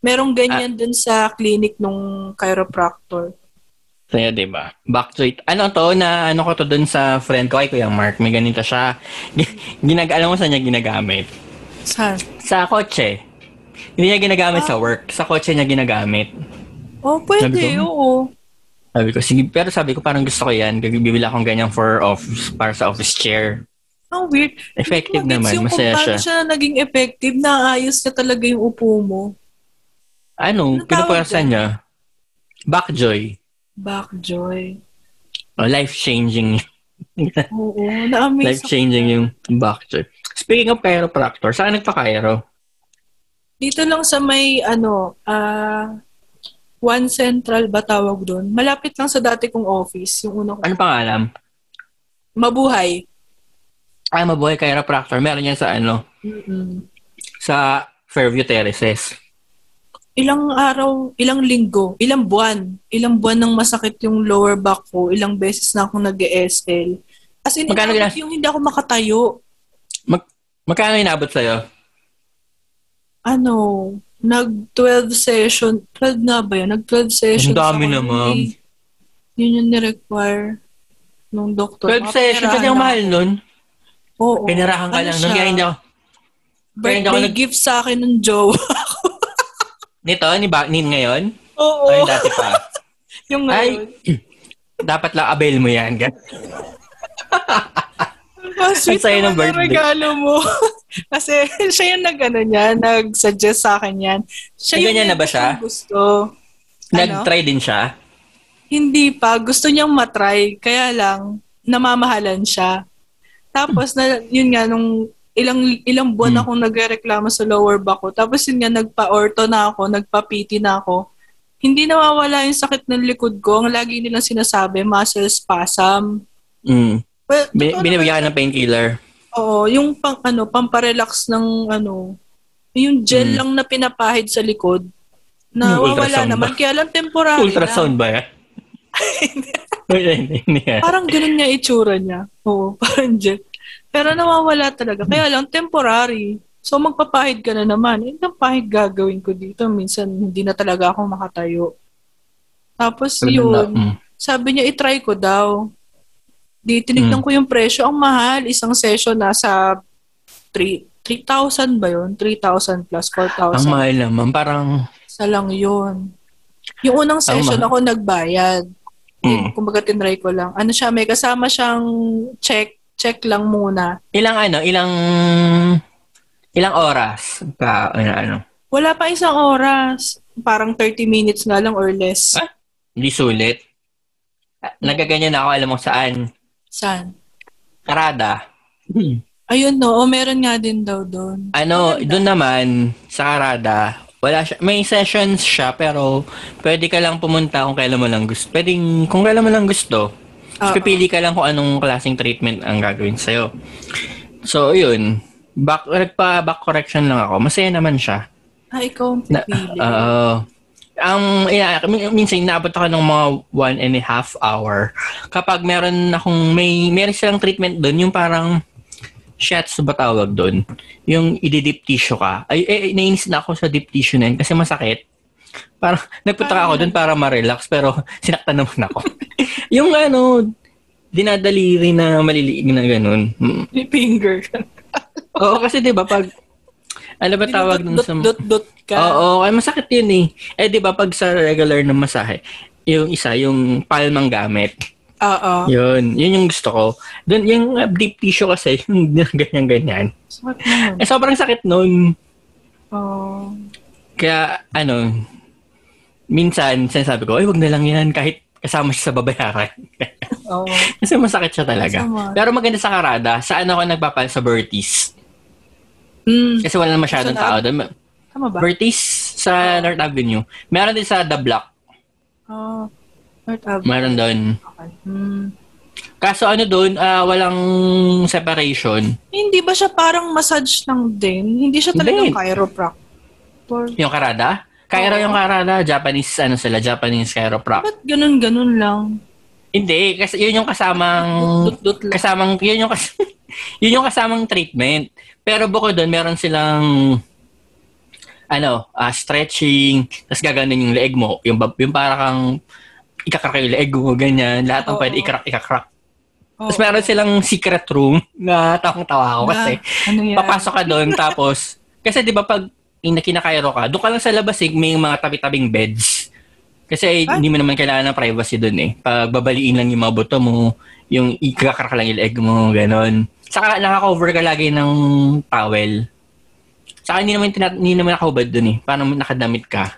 Merong ganyan dun sa clinic nung chiropractor.
Sa'yo, di ba? Back to it. Ano to, na ano ko to dun sa friend ko, ay Kuya Mark, may ganito siya. Ginag alam mo saan niya ginagamit?
Saan?
Sa kotse. Hindi niya ginagamit sa work. Sa kotse niya ginagamit.
Oh,
Sabi
pwede,
ko,
oo.
Sabi ko, sige, pero sabi ko parang gusto ko yan. Bibila akong ganyan for office, para sa office chair.
Ang weird.
Effective
Magets
naman,
yung
masaya siya.
kung paano siya naging effective, naayos na talaga yung upo mo.
Anong,
Ano tawag
pinupuwersa
dyan?
niya? Backjoy.
Backjoy.
O, life-changing.
Oo, na-amaze ako.
Life-changing yung backjoy. Speaking of chiropractor, saan nagpa-chiro?
Dito lang sa may, ano, ah, One Central ba tawag doon? Malapit lang sa dati kong office. Yung unang,
Ano pangalam?
mabuhay.
Ay, mabuhay chiropractor. Meron yan sa ano?
Mm-mm.
Sa Fairview Terraces.
Ilang araw, ilang linggo, ilang buwan. Ilang buwan nang masakit yung lower back ko. Ilang beses na akong nag-SL. As in,
Magkano
inabot yung hindi ako makatayo.
Magkano inabot sa'yo?
ano, nag-12 session, 12 na ba yun? Nag-12 session.
Ang dami naman.
Yun yung ni-require nung doktor.
12 session. Kasi ang mahal nun.
Oo.
Pinarahan ka
Oh, Ano
lang nun.
siya?
Kaya hindi ako.
Birthday
hindi ako nag-
gift sa akin ng jowa.
Nito, ni, ba, ni ngayon?
Oo.
Ay, dati pa.
yung
Ay,
ngayon.
dapat lang avail mo yan.
Ang Ah, sweet
saya ng
naman ng
birthday.
regalo mo. Kasi siya yung nag, ano, niya, nag-suggest sa akin yan. Siya yung
Ganyan na ba siya?
gusto. Ano?
Nag-try din siya.
Hindi pa. Gusto niyang matry. Kaya lang, namamahalan siya. Tapos, na, yun nga, nung ilang ilang buwan
Hmm.
akong nagreklamo sa lower back ko. Tapos yun nga, nagpa-ortho na ako, nagpa-PT na ako. Hindi nawawala yung sakit ng likod ko. Ang lagi nilang sinasabi, muscle spasm.
Mm.
Well,
Bin-
totoo
binibigyan ka ng painkiller.
naman, oo, yung pang, ano, pamparelax ng ano, yung gel
Hmm.
lang na pinapahid sa likod.
Yung
Nawawala
ultrasound ba?
naman. Kaya lang temporary lang.
Ultrasound ba yan? Hindi, hindi yan.
Parang ganun nga itsura niya. Oo, parang dyan. Pero nawawala talaga. Kaya lang, temporary. So, magpapahid ka na naman. Eh, ang pahid gagawin ko dito. Minsan, hindi na talaga ako makatayo. Tapos, yun.
Mm.
Sabi niya, itry ko daw. Di, tinignan ko yung presyo. Ang mahal, isang session nasa three- 3,000 ba yun? 3,000 plus
Ang
4,000.
mahal naman. Parang,
Isa lang yun. Yung unang session
mahal.
ako nagbayad.
mm.
Kumbaga tinry ko lang. Ano siya, may kasama siyang check, check lang muna.
ilang ano, ilang, ilang oras pa, ano, ano.
Wala pa isang oras. Parang 30 minutes nga lang or less.
Ah? Hindi sulit. Nagaganyan ako, alam mo saan.
San?
Karada.
Ayun no, o meron nga din daw doon.
Ano, doon naman, sa Karada, wala siya, may sessions siya, pero pwede ka lang pumunta kung kailan mo lang gusto. Pwedeng, kung kailan mo lang gusto.
Oo.
Tapos pipili ka lang kung anong klaseng treatment ang gagawin sa'yo. So, yun. Back, pa back correction lang ako. Masaya naman siya.
Ah, ikaw ang
Na, ah,
pipili.
Oo. ang ina, min- minsan inaabot ako ng mga one and a half hour. Kapag meron akong may meron silang treatment doon, yung parang shots ba tawag doon? Yung i-deep tissue ka. Ay, eh, nainis na ako sa deep tissue na yun kasi masakit. Parang nagpunta
Parang-
ako doon para ma-relax pero sinaktan naman ako. yung ano, dinadaliri na maliliit na ganun. Mm.
May finger.
Oo, kasi 'di ba pag ano ba tawag nung
dot,
sa
dot, dot ka.
Oo, ay masakit yun eh. Eh, di ba pag sa regular na masahe, yung isa, yung palm ang gamit.
Oo.
Yun, yun yung gusto ko. Doon, yung uh, deep tissue kasi, yung ganyan-ganyan.
Sakit naman.
Eh, sobrang sakit nun.
Oo.
Kaya, ano, minsan, sinasabi ko, ay, wag na lang yan, kahit kasama siya sa babayaran.
Oo.
kasi masakit siya talaga.
Masama.
Pero maganda sa Karada, saan ako nagpapal sa Bertis?
Mm.
Kasi wala na masyadong
Saan
tao doon.
Tama ba?
Bertis sa North Avenue. Meron din sa The Block.
Oo. North Ave.
Meron doon.
Okay. Mm.
Kaso ano doon, ah, walang separation.
Eh, Hindi ba siya parang massage lang din? Hindi siya
Hindi.
talagang chiropractor.
Yung karada? Kairo
Oo.
yung karada, Japanese ano sila, Japanese chiropractor.
Ba't ganun-ganun lang?
Hindi, kasi yun yung kasamang
Dot-dot lang.
kasamang yun yung kas- yun yung kasamang treatment. Pero bukod doon, meron silang ano, ah, stretching, tapos gaganon yung leeg mo, yung bab- yung para kang ikakrak yung leeg mo, ganyan. Lahat ng
Oo.
pwede ikakrak, ikakrak.
Oo.
Tapos meron silang secret room na tawang-tawa ako kasi
Oh. Ah, ano yan?
papasok ka doon tapos kasi 'di ba pag in- kinakairo ka, doon ka lang sa labas eh, may mga tabi-tabing beds. Kasi
Ah.
hindi mo naman kailangan ng privacy doon eh. Pag babaliin lang yung mga buto mo, yung ikakrak lang yung leg mo, ganon. Saka nakakover ka lagi ng towel. Saka hindi naman, tina- hindi naman nakahubad doon eh. Paano nakadamit ka?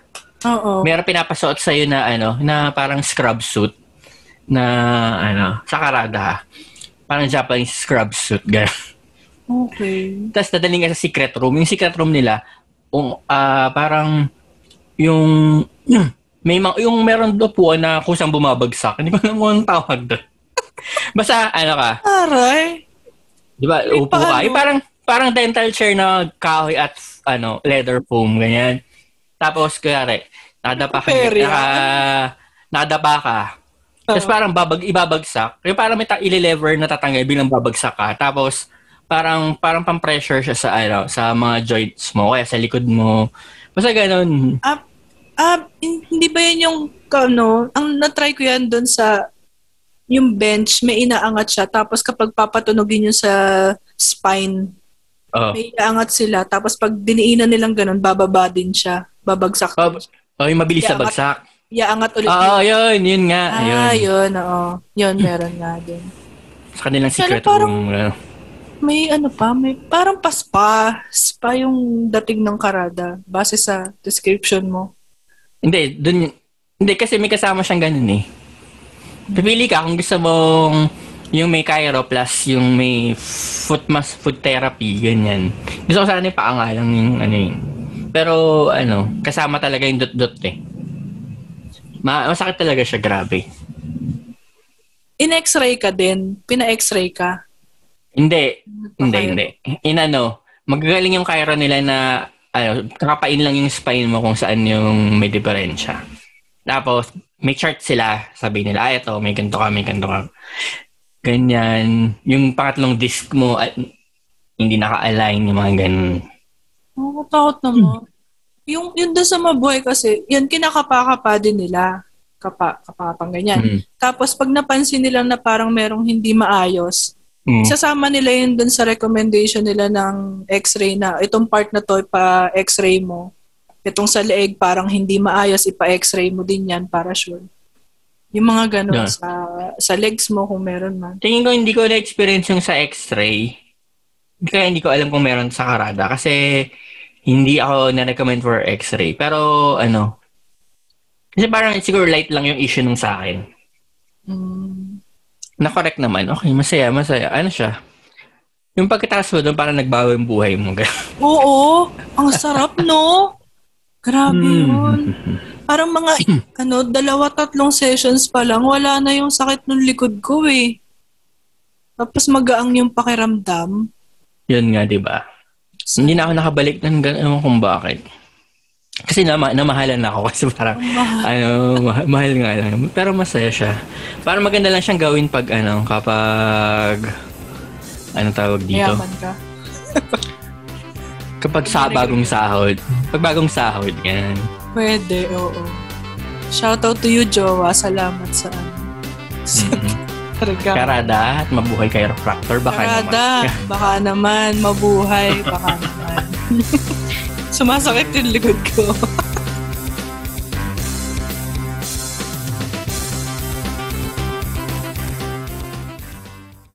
Oo.
Meron pinapasuot sa'yo na ano, na parang scrub suit na ano, sa karada ha. Parang Japanese scrub suit, gano'n.
Okay.
Tapos dadaling ka sa secret room. Yung secret room nila, um, ah, parang yung may mga, yung meron do po na kusang bumabagsak. Hindi ko alam kung anong tawag doon. Basta ano ka,
Aray.
di ba,
May
upo ka.
paano?
Yung parang, parang dental chair na kahoy at ano, leather foam, ganyan. Tapos, kunyari, nadapa ka,
Perya.
naka, nadapa ka. Tapos
ah. Oo.
parang babag, ibabagsak. Yung parang may ta- ililever na tatanggal bilang babagsak ka. Tapos, parang, parang pang-pressure siya sa, ano, sa mga joints mo. Kaya sa likod mo. Basta ganun.
Ah, ah, hin- hindi ba yan yung, ano, ang natry ko yan doon sa, yung bench, may inaangat siya, tapos kapag papatunogin yun sa spine,
Oh.
may inaangat sila, tapos pag diniinan nilang ganun, bababa din siya, babagsak.
Oh,
din siya.
oh, yung mabilis na
Yeah,
bagsak.
Iaangat ulit.
Oo, oh, yun. Yun nga.
ah,
yun.
yun, oo. Yun, meron nga din.
Sa kanilang
Pero
secret
parang-
room. ano.
May ano pa, may parang paspa, spa yung dating ng karada, base sa description mo.
Hindi, dun, hindi kasi may kasama siyang ganun eh. Pipili ka kung gusto mong yung may chiro plus yung may foot mas foot therapy, ganyan. Gusto ko sana yung paanga lang yung ano yun. Pero ano, kasama talaga yung dot-dot eh. Ma masakit talaga siya, grabe.
In-x-ray ka din, pina-x-ray ka.
Hindi, hindi,
Okay.
hindi. In ano, magagaling yung chiro nila na ano, kakapain lang yung spine mo kung saan yung may diferensya. Tapos, may chart sila. Sabi nila, ah, ito, may ganito ka, may ganito ka. Ganyan. Yung pangatlong disc mo, ah, hindi naka-align yung mga ganun.
Nakakatakot naman. Yung, yung doon sa mabuhay kasi, yan kinakapa-kapa din nila. Kapa, kapapang ganyan.
Mm.
Tapos pag napansin nila na parang merong hindi maayos,
Mm.
sasama nila yun doon sa recommendation nila ng x-ray na itong part na to pa x-ray mo. Itong sa leeg parang hindi maayos, ipa-x-ray mo din yan para sure. Yung mga
Yeah.
ganun sa, sa legs mo kung meron man.
Tingin ko hindi ko na-experience yung sa x-ray. Kaya hindi ko alam kung meron sa Karada. Kasi hindi ako na-recommend for x-ray. Pero ano, kasi parang siguro light lang yung issue nung sa akin.
Mm.
Na-correct naman. Okay, masaya, masaya. Ano siya? Yung pagkataas mo doon, parang nagbago yung buhay mo.
Oo, ang sarap no? Grabe
Mm.
yun. Parang mga, ano, dalawa, tatlong sessions pa lang, wala na yung sakit ng likod ko eh. Tapos magaang yung pakiramdam.
Yun nga, di ba? Hindi na ako nakabalik ng gan- ewan kung bakit. Kasi nama, namahalan na ako kasi parang, ano, ma- mahal nga lang. Pero masaya siya. Parang maganda lang siyang gawin pag, ano, kapag, ano tawag dito?
Mayaman ka.
Kapag sa bagong sahod. Pag bagong sahod, yan.
Pwede, oo. Shoutout to you, Jowa. Salamat sa ano. Sa karga.
Karada at mabuhay kay Refractor. Mm-hmm. Baka
Karada.
naman.
Baka naman. Mabuhay. Baka naman. Sumasakit yung likod ko.